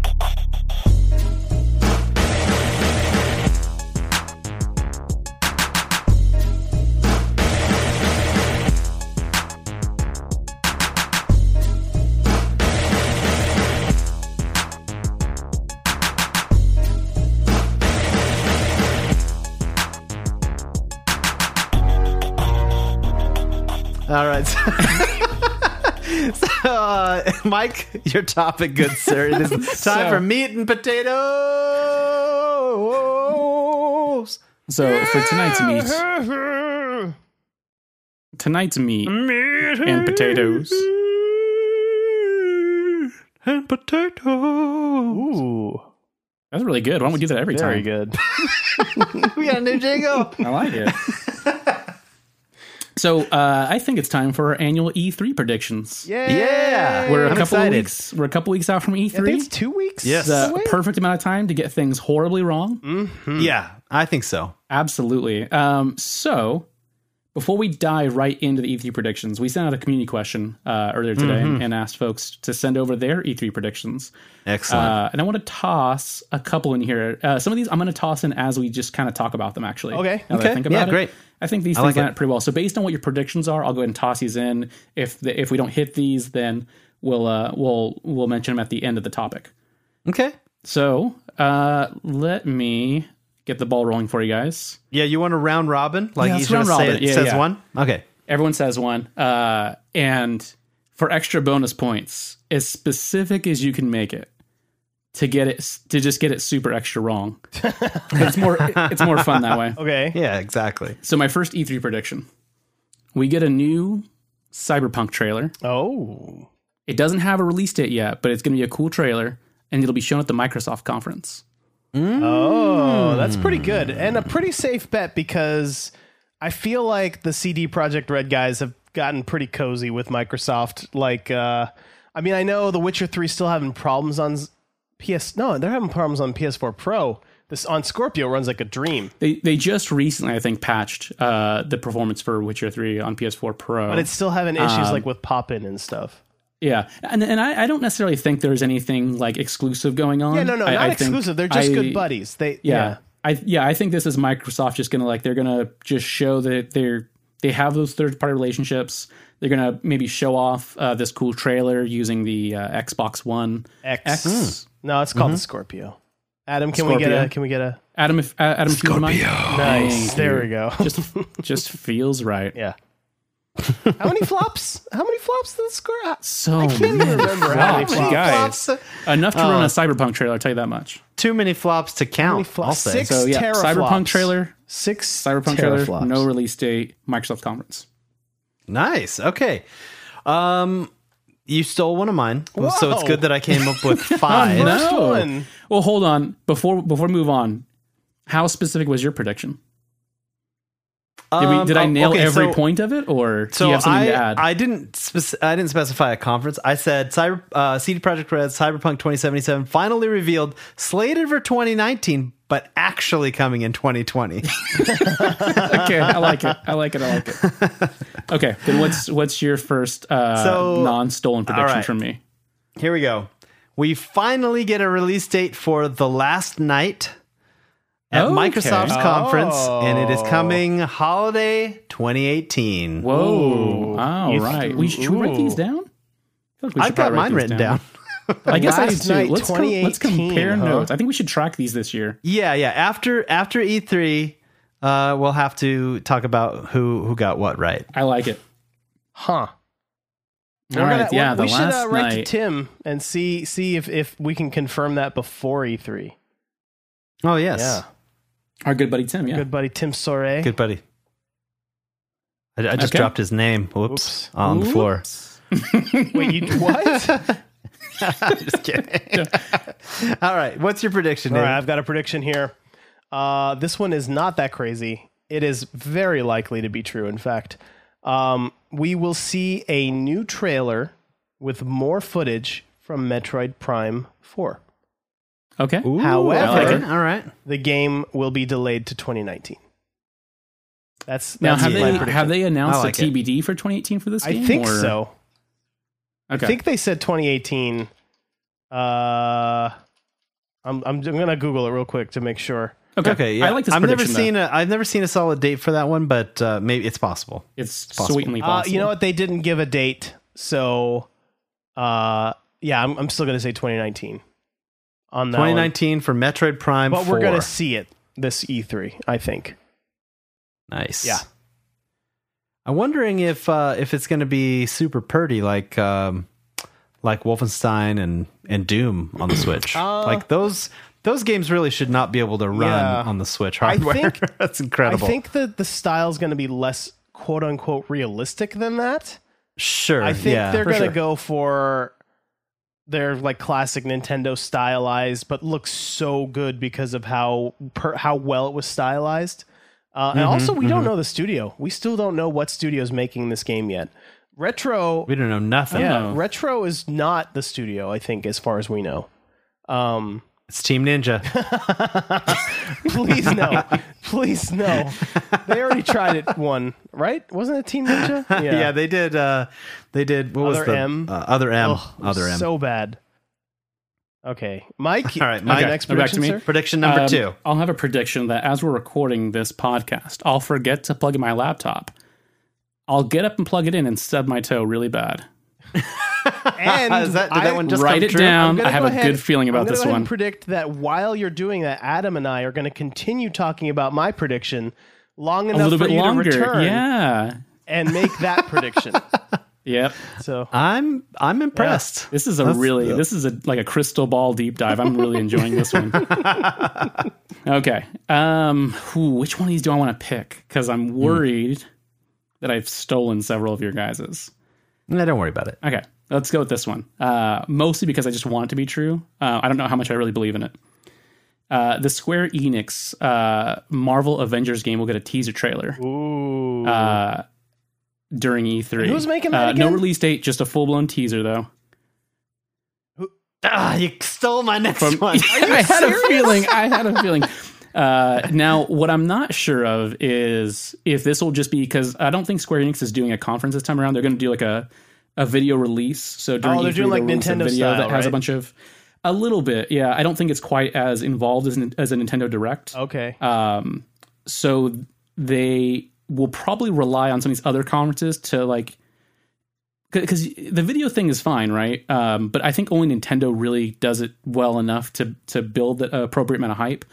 Speaker 1: All right. So, uh, Mike, your topic, good sir. It
Speaker 2: *laughs*
Speaker 1: is time
Speaker 2: So-
Speaker 1: for meat and potatoes.
Speaker 2: So for tonight's meat,
Speaker 3: Mm-hmm.
Speaker 2: tonight's meat and potatoes.
Speaker 1: And potatoes.
Speaker 3: Ooh,
Speaker 2: That's really good. Why don't we do that every
Speaker 3: very
Speaker 2: time?
Speaker 3: *laughs* good.
Speaker 1: We got a new
Speaker 2: *laughs*
Speaker 1: jingle.
Speaker 2: I like it. so uh, I think it's time for our annual E3 predictions.
Speaker 3: Yeah,
Speaker 1: Yeah.
Speaker 2: We're a
Speaker 1: I'm
Speaker 2: couple
Speaker 1: excited.
Speaker 2: of weeks. We're a couple weeks out from E E3.
Speaker 3: I think it's two weeks.
Speaker 1: Yes.
Speaker 2: the
Speaker 3: away?
Speaker 2: perfect amount of time to get things horribly wrong.
Speaker 3: Mm.
Speaker 2: Hmm.
Speaker 1: Yeah, I think so.
Speaker 2: Absolutely. Um, so before we dive right into the E3 predictions, we sent out a community question uh, earlier today
Speaker 3: Mm-hmm.
Speaker 2: and asked folks to send over their E3 predictions.
Speaker 1: Excellent.
Speaker 2: Uh, and I want to toss a couple in here. Uh, some of these I'm going to toss in as we just kind of talk about them, actually.
Speaker 3: Okay.
Speaker 2: Now that I
Speaker 1: Okay.
Speaker 2: think
Speaker 1: Yeah,
Speaker 2: about it.
Speaker 1: great.
Speaker 2: I think these
Speaker 1: I
Speaker 2: things
Speaker 1: like
Speaker 2: line
Speaker 1: it.
Speaker 2: up pretty well. So based on what your predictions are, I'll go ahead and toss these in. If the, if we don't hit these, then we'll uh, we'll we'll mention them at the end of the topic.
Speaker 1: okay.
Speaker 2: So uh, let me get the ball rolling for you guys.
Speaker 1: Yeah, you want a round robin? Like
Speaker 2: Yeah,
Speaker 1: each of us
Speaker 2: let's round
Speaker 1: say,
Speaker 2: robin it. Yeah,
Speaker 1: says
Speaker 2: yeah.
Speaker 1: one? Okay.
Speaker 2: Everyone says one. Uh, and for extra bonus points, as specific as you can make it to get it to just get it super extra
Speaker 3: *laughs*
Speaker 2: wrong. it's more it's more fun that way.
Speaker 3: Okay.
Speaker 1: Yeah, exactly.
Speaker 2: So my first E3 prediction. We get a new Cyberpunk trailer.
Speaker 3: Oh,
Speaker 2: It doesn't have a release date yet, but it's going to be a cool trailer and it'll be shown at the Microsoft conference.
Speaker 3: oh, that's pretty good and a pretty safe bet because I feel like the CD Project Red guys have gotten pretty cozy with Microsoft. Like, uh, I mean, I know The Witcher Three still having problems on s- PS. No, they're having problems on PS4 Pro. This on Scorpio runs like a dream,
Speaker 2: They they just recently I think patched uh, the performance for Witcher 3 on PS4 Pro.
Speaker 3: but it's still having issues like with pop in and stuff.
Speaker 2: Yeah, and and I, I don't necessarily think there's anything like exclusive going on.
Speaker 3: Yeah, no, no,
Speaker 2: I,
Speaker 3: not
Speaker 2: I think
Speaker 3: exclusive. They're just
Speaker 2: I-
Speaker 3: good buddies. They
Speaker 2: Yeah,
Speaker 3: yeah.
Speaker 2: I yeah, I think this is Microsoft just gonna like they're gonna just show that they're they have those third party relationships. They're gonna maybe show off uh, this cool trailer using the uh, Xbox One
Speaker 3: X.
Speaker 2: X.
Speaker 1: Hmm.
Speaker 2: Mm-hmm.
Speaker 3: No, it's called the Scorpio. Adam, can we get
Speaker 2: Scorpio.
Speaker 3: a? Can we get a?
Speaker 2: Adam, if, uh, Adam, if you wouldn't mind.
Speaker 3: Nice.
Speaker 2: Thank
Speaker 3: There
Speaker 2: you.
Speaker 3: we go.
Speaker 2: just just feels right.
Speaker 3: *laughs* yeah. How many flops? How many flops does Scorpio?
Speaker 2: So
Speaker 3: can't
Speaker 2: many
Speaker 3: remember Uh, how many
Speaker 2: Oh, flops,
Speaker 3: flops.
Speaker 2: guys. enough to run a cyberpunk trailer. I'll tell you that much.
Speaker 1: Too many flops to count.
Speaker 3: flops?
Speaker 1: I'll say.
Speaker 3: Six?
Speaker 2: So yeah,
Speaker 3: Teraflops.
Speaker 2: cyberpunk trailer,
Speaker 3: Six
Speaker 2: cyberpunk trailer,
Speaker 3: teraflops.
Speaker 2: no release date, Microsoft conference.
Speaker 1: Nice. Okay. Um, you stole one of mine, so it's
Speaker 3: Whoa.
Speaker 1: good that I came up
Speaker 2: *laughs*
Speaker 1: with five.
Speaker 2: No.
Speaker 3: First one.
Speaker 2: Well, hold on. Before before we move on, how specific was your prediction? Did, we, did I
Speaker 1: Um,
Speaker 2: nail
Speaker 1: okay,
Speaker 2: every
Speaker 1: so-
Speaker 2: point of it, or do
Speaker 1: So
Speaker 2: you have something
Speaker 1: I,
Speaker 2: to add?
Speaker 1: I didn't spec- I didn't specify a conference. I said Cyber uh, CD Projekt Red's Cyberpunk 2077 finally revealed, slated for 2019, but actually coming in 2020.
Speaker 2: okay, I like it. I like it. I like it.
Speaker 1: *laughs*
Speaker 2: Okay, then what's what's your first uh,
Speaker 1: So-
Speaker 2: non-stolen prediction
Speaker 1: right.
Speaker 2: from me?
Speaker 1: Here we go. We finally get a release date for The Last Night at
Speaker 2: Okay. Oh.
Speaker 1: Microsoft's conference, and it is coming holiday 2018.
Speaker 2: Whoa!
Speaker 3: Ooh.
Speaker 2: All
Speaker 3: You th-
Speaker 2: right, we should, should we write these
Speaker 3: ooh.
Speaker 2: down. I feel like we should
Speaker 1: I've got
Speaker 2: probably write
Speaker 1: mine
Speaker 2: these
Speaker 1: written down.
Speaker 2: *laughs* I guess I do
Speaker 3: Last
Speaker 2: too.
Speaker 3: night,
Speaker 2: let's, com- let's
Speaker 3: 2018,
Speaker 2: compare
Speaker 3: huh?
Speaker 2: notes. I think we should track these this year.
Speaker 1: Yeah, yeah. After after E3, uh, we'll have to talk about who who got what right.
Speaker 2: I like it.
Speaker 3: Huh.
Speaker 2: All right, yeah. The
Speaker 3: we should
Speaker 2: last
Speaker 3: uh, write to
Speaker 2: night.
Speaker 3: Tim and see see if if we can confirm that before E3.
Speaker 1: Oh yes,
Speaker 3: Yeah,
Speaker 2: our good buddy Tim. Yeah.
Speaker 3: good buddy Tim Sore.
Speaker 1: good buddy. I, I just
Speaker 2: Okay.
Speaker 1: dropped his name. Whoops,
Speaker 3: Oops.
Speaker 1: on the floor.
Speaker 3: Wait, you what? All
Speaker 1: *laughs* just kidding. *laughs* All right, what's your prediction? Nate?
Speaker 3: right, I've got a prediction here. Uh, this one is not that crazy. It is very likely to be true. In fact, um, we will see a new trailer with more footage from Metroid Prime Four.
Speaker 2: Okay.
Speaker 1: Ooh,
Speaker 3: However-
Speaker 1: I like it. all right.
Speaker 3: The game will be delayed to 2019. That's, that's
Speaker 2: Now have
Speaker 3: my
Speaker 2: they
Speaker 3: prediction.
Speaker 2: have they announced
Speaker 1: I like
Speaker 2: a
Speaker 1: it.
Speaker 2: TBD for 2018 for this
Speaker 3: I
Speaker 2: game?
Speaker 3: think
Speaker 2: or-
Speaker 3: so.
Speaker 2: Okay.
Speaker 3: I think they said 2018. Uh, I'm I'm, I'm gonna Google it real quick to make sure.
Speaker 2: okay.
Speaker 1: Okay, yeah.
Speaker 2: I like this
Speaker 1: I've never
Speaker 2: prediction,
Speaker 1: seen
Speaker 2: though.
Speaker 1: a I've never seen a solid date for that one, but uh, maybe it's possible.
Speaker 2: It's
Speaker 1: possible.
Speaker 2: sweetly
Speaker 3: Uh,
Speaker 2: possible.
Speaker 3: you know what? They didn't give a date, so uh, yeah, I'm I'm still gonna say 2019 on that. one.
Speaker 1: 2019 for Metroid Prime.
Speaker 3: but
Speaker 1: 4.
Speaker 3: we're gonna see it this E3, I think.
Speaker 1: nice.
Speaker 3: Yeah.
Speaker 1: I'm wondering if uh, if it's gonna be super purdy like um, like Wolfenstein and and Doom on the Switch.
Speaker 3: *clears throat* Uh,
Speaker 1: like those those games really should not be able to run
Speaker 3: Yeah.
Speaker 1: on the Switch hardware.
Speaker 3: think-
Speaker 1: *laughs* That's incredible.
Speaker 3: I think that the style's gonna be less quote unquote realistic than that.
Speaker 1: sure.
Speaker 3: I think
Speaker 1: yeah,
Speaker 3: they're
Speaker 1: for
Speaker 3: gonna
Speaker 1: sure.
Speaker 3: go for their like classic Nintendo stylized, but looks so good because of how per, how well it was stylized. Uh,
Speaker 1: Mm-hmm,
Speaker 3: and also, we don't know the studio. We still don't know what studio's making this game yet. Retro,
Speaker 1: We don't know nothing.
Speaker 3: yeah,
Speaker 2: know.
Speaker 3: Retro is not the studio. I think, as far as we know. Um,
Speaker 1: It's Team Ninja.
Speaker 3: please
Speaker 1: *laughs*
Speaker 3: no, please no. They already tried it one, right? Wasn't it
Speaker 1: *laughs*
Speaker 3: Team Ninja?
Speaker 1: yeah. they did. Uh, they did. What was
Speaker 3: Other
Speaker 1: the
Speaker 3: M.
Speaker 1: Uh, other M?
Speaker 3: Ugh, it was
Speaker 1: other M.
Speaker 3: So bad. Okay, Mike.
Speaker 1: All right, Mike.
Speaker 3: your next
Speaker 2: Now back to
Speaker 1: *laughs*
Speaker 3: prediction,
Speaker 2: me.
Speaker 3: sir.
Speaker 1: Prediction number
Speaker 2: Um,
Speaker 1: two.
Speaker 2: I'll have a prediction that as we're recording this podcast, I'll forget to plug in my laptop. I'll get up and plug it in and stub my toe really bad.
Speaker 3: And
Speaker 1: Is that- did that one just
Speaker 2: Write
Speaker 1: come
Speaker 2: it
Speaker 1: true?
Speaker 2: down.
Speaker 3: I'm gonna
Speaker 2: I have
Speaker 3: go
Speaker 2: a
Speaker 3: ahead-
Speaker 2: good feeling
Speaker 3: I'm
Speaker 2: about
Speaker 3: gonna
Speaker 2: this
Speaker 3: go ahead
Speaker 2: one.
Speaker 3: And predict that while you're doing that, Adam and I are going to continue talking about my prediction long
Speaker 2: a
Speaker 3: enough
Speaker 2: little
Speaker 3: for
Speaker 2: bit
Speaker 3: you
Speaker 2: longer.
Speaker 3: to return
Speaker 2: Yeah.
Speaker 3: and make
Speaker 2: *laughs*
Speaker 3: that prediction.
Speaker 2: Yep.
Speaker 3: So
Speaker 2: Uh,
Speaker 1: I'm I'm impressed.
Speaker 2: This is a
Speaker 1: That's-
Speaker 2: really
Speaker 1: yeah.
Speaker 2: this is a like a crystal ball deep dive. I'm really enjoying this
Speaker 3: *laughs*
Speaker 2: one. okay. Um whew, which one of these do I want to pick? Because
Speaker 3: Hmm.
Speaker 2: I'm worried that I've stolen several of your guys's.
Speaker 1: No, don't worry about it.
Speaker 2: Okay, let's go with this one. Uh, mostly because I just want it to be true. Uh, I don't know how much I really believe in it. Uh, the Square Enix uh, Marvel Avengers game will get a teaser trailer
Speaker 3: ooh,
Speaker 2: uh, during E3.
Speaker 3: Who's making that
Speaker 2: Uh, no
Speaker 3: again?
Speaker 2: release date, just a full blown teaser though.
Speaker 1: Ah, you stole my next *laughs* one.
Speaker 2: *laughs* I had a feeling. I had a feeling. Uh, now, what I'm not sure of is if this will just be because I don't think Square Enix is doing a conference this time around. They're going to do like a a video release. So during
Speaker 3: Oh, they're
Speaker 2: E3,
Speaker 3: doing like
Speaker 2: they'll release a
Speaker 3: Nintendo
Speaker 2: video that
Speaker 3: style,
Speaker 2: has a
Speaker 3: right?
Speaker 2: bunch of a little bit. Yeah, I don't think it's quite as involved as an- as a Nintendo Direct.
Speaker 3: okay.
Speaker 2: Um, so they will probably rely on some of these other conferences to like because the video thing is fine, right? Um, but I think only Nintendo really does it well enough to to build the appropriate amount of hype.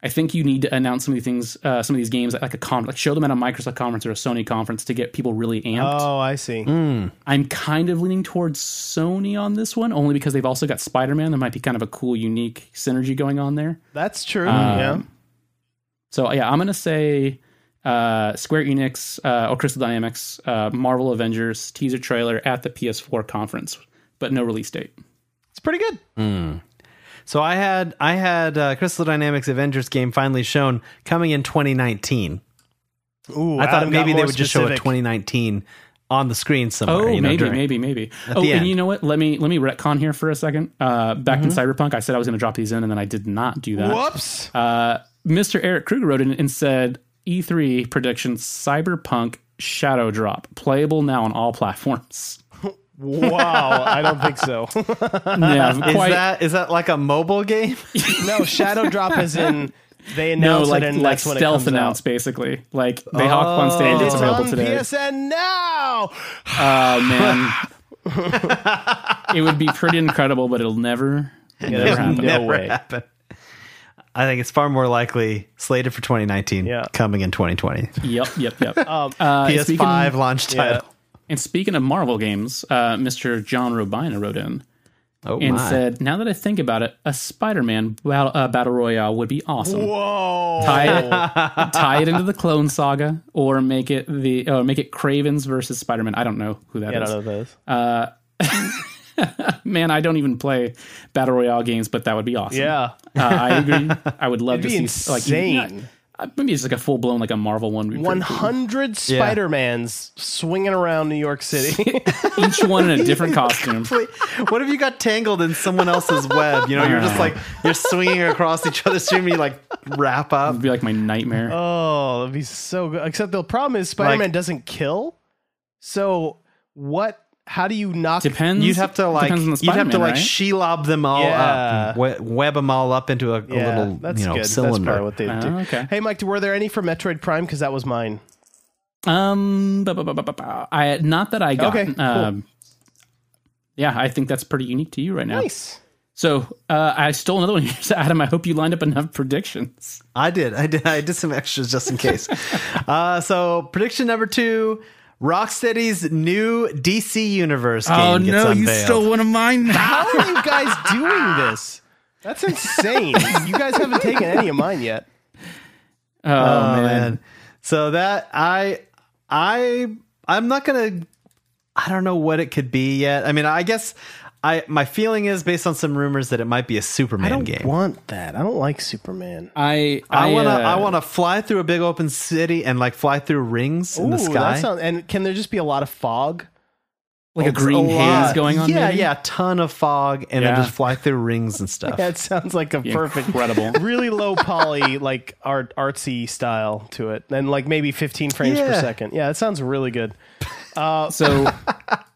Speaker 2: I think you need to announce some of these things, uh, some of these games at like a con, like show them at a Microsoft conference or a Sony conference to get people really amped.
Speaker 3: oh, I see.
Speaker 1: Mm.
Speaker 2: I'm kind of leaning towards Sony on this one, only because they've also got Spider Man. There might be kind of a cool, unique synergy going on there.
Speaker 3: That's true.
Speaker 2: Uh,
Speaker 3: yeah.
Speaker 2: So yeah, I'm gonna say uh, Square Enix uh, or Crystal Dynamics, uh, Marvel Avengers teaser trailer at the PS4 conference, but no release date.
Speaker 3: It's pretty good.
Speaker 1: so I had I had uh, Crystal Dynamics Avengers game finally shown coming in 2019.
Speaker 3: Ooh,
Speaker 1: I thought
Speaker 3: Adam got
Speaker 1: maybe they
Speaker 3: more
Speaker 1: would just show a
Speaker 3: specific.
Speaker 1: 2019 on the screen somewhere.
Speaker 2: Oh,
Speaker 1: you know,
Speaker 2: maybe,
Speaker 1: during-
Speaker 2: maybe, maybe.
Speaker 1: At
Speaker 2: Oh,
Speaker 1: the
Speaker 2: and
Speaker 1: end.
Speaker 2: you know what? Let me let me retcon here for a second. Uh, back in Cyberpunk, I said I was going to drop these in, and then I did not do that.
Speaker 3: Whoops.
Speaker 2: Uh, Mr. Eric Kruger wrote in and said E3 prediction: Cyberpunk Shadow Drop playable now on all platforms.
Speaker 3: wow, I don't
Speaker 2: *laughs*
Speaker 3: think so. *laughs*
Speaker 2: Yeah,
Speaker 1: Is
Speaker 2: quite.
Speaker 1: that is that like a mobile *laughs* game?
Speaker 3: no, Shadow Drop is in they
Speaker 2: no,
Speaker 3: announce
Speaker 2: like
Speaker 3: it and
Speaker 2: like
Speaker 3: that's when
Speaker 2: stealth
Speaker 3: it comes
Speaker 2: announced,
Speaker 3: out.
Speaker 2: basically. Like they hawk on stage, it's
Speaker 3: It's
Speaker 2: available
Speaker 3: on
Speaker 2: today.
Speaker 3: PSN now.
Speaker 2: Oh man, it would be pretty incredible, but it'll never. never
Speaker 3: there's
Speaker 2: happen.
Speaker 3: no way.
Speaker 1: happen. I think it's far more likely slated for 2019,
Speaker 3: Yeah.
Speaker 1: coming in *laughs* 2020.
Speaker 2: Yep, yep, yep.
Speaker 3: *laughs* Um,
Speaker 2: Uh,
Speaker 1: PS5
Speaker 2: speaking-
Speaker 1: launch title.
Speaker 2: And speaking of Marvel games, uh, Mr. John Robina wrote in
Speaker 1: Oh
Speaker 2: and
Speaker 1: my!
Speaker 2: said, "Now that I think about it, a Spider-Man battle, uh, battle royale would be awesome.
Speaker 3: Whoa.
Speaker 1: *laughs*
Speaker 2: Tie
Speaker 3: *laughs*
Speaker 2: it, tie it into the Clone Saga, or make it the or make it Cravens versus Spider-Man. I don't know who that is.
Speaker 3: I don't know those.
Speaker 2: Man, I don't even play battle royale games, but that would be awesome.
Speaker 3: yeah.
Speaker 2: uh, I
Speaker 3: *laughs*
Speaker 2: agree. I would love to
Speaker 3: It'd
Speaker 2: see
Speaker 3: be
Speaker 2: like
Speaker 3: insane.
Speaker 2: uh, maybe it's like a full blown like a Marvel one. would be pretty cool.
Speaker 3: 100 Spider-Mans swinging around New York City.
Speaker 2: each one in
Speaker 1: *laughs*
Speaker 2: a different costume.
Speaker 1: Wait, what if you got tangled in someone else's web? You know, you're just like you're swinging across each other's stream. You like wrap up.
Speaker 2: It'd be like my nightmare.
Speaker 1: Uh,
Speaker 3: oh, that'd be so good. Except the problem is Spider-Man
Speaker 1: Like-
Speaker 3: doesn't kill. So what how do you knock
Speaker 2: depends.
Speaker 1: You'd have to like
Speaker 2: depends on the
Speaker 1: you'd have to
Speaker 2: Spider-Man,
Speaker 1: like
Speaker 2: right?
Speaker 1: shelob them all
Speaker 3: Yeah.
Speaker 1: up, web, web them all up into a, a
Speaker 3: yeah,
Speaker 1: little
Speaker 3: that's
Speaker 1: you know
Speaker 3: good. That's
Speaker 1: cylinder.
Speaker 3: probably what they would do.
Speaker 2: Oh, okay.
Speaker 3: Hey Mike, were there any for Metroid Prime cuz that was mine?
Speaker 2: Um, ba- ba- ba- ba- ba- ba. I not that I got.
Speaker 3: Okay, cool.
Speaker 2: Um, yeah, I think that's pretty unique to you right now.
Speaker 3: Nice.
Speaker 2: So uh, I stole another one *laughs* here, So, Adam. I hope you lined up enough predictions.
Speaker 1: I did. I did. I did some extras just in case. uh, so prediction number two: Rocksteady's new DC Universe game
Speaker 2: Oh,
Speaker 1: gets unveiled.
Speaker 2: one of *laughs* mine.
Speaker 3: How are you guys doing this? That's insane. you guys haven't taken any of mine yet.
Speaker 2: Oh,
Speaker 1: Oh,
Speaker 2: man.
Speaker 1: man. So that I I I'm not gonna. I don't know what it could be yet. I mean, I guess I my feeling is based on some rumors that it might be a Superman game.
Speaker 3: want that. I don't like Superman.
Speaker 2: I
Speaker 1: I want to.
Speaker 2: uh,
Speaker 1: I want to fly through a big open city and like fly through rings in the sky.
Speaker 3: That sounds, and can there just be a lot of fog? *laughs*
Speaker 2: like a
Speaker 1: It's
Speaker 2: green
Speaker 1: lot.
Speaker 2: haze going on.
Speaker 1: Yeah,
Speaker 2: maybe?
Speaker 1: yeah, ton of fog, and then
Speaker 2: Yeah.
Speaker 1: just fly through rings and
Speaker 3: *laughs*
Speaker 1: stuff.
Speaker 3: That sounds like a perfect,
Speaker 2: incredible.
Speaker 3: *laughs* really low poly, like art artsy style to it, and like maybe 15 frames per
Speaker 1: Yeah.
Speaker 3: second. Yeah, that sounds really good.
Speaker 2: So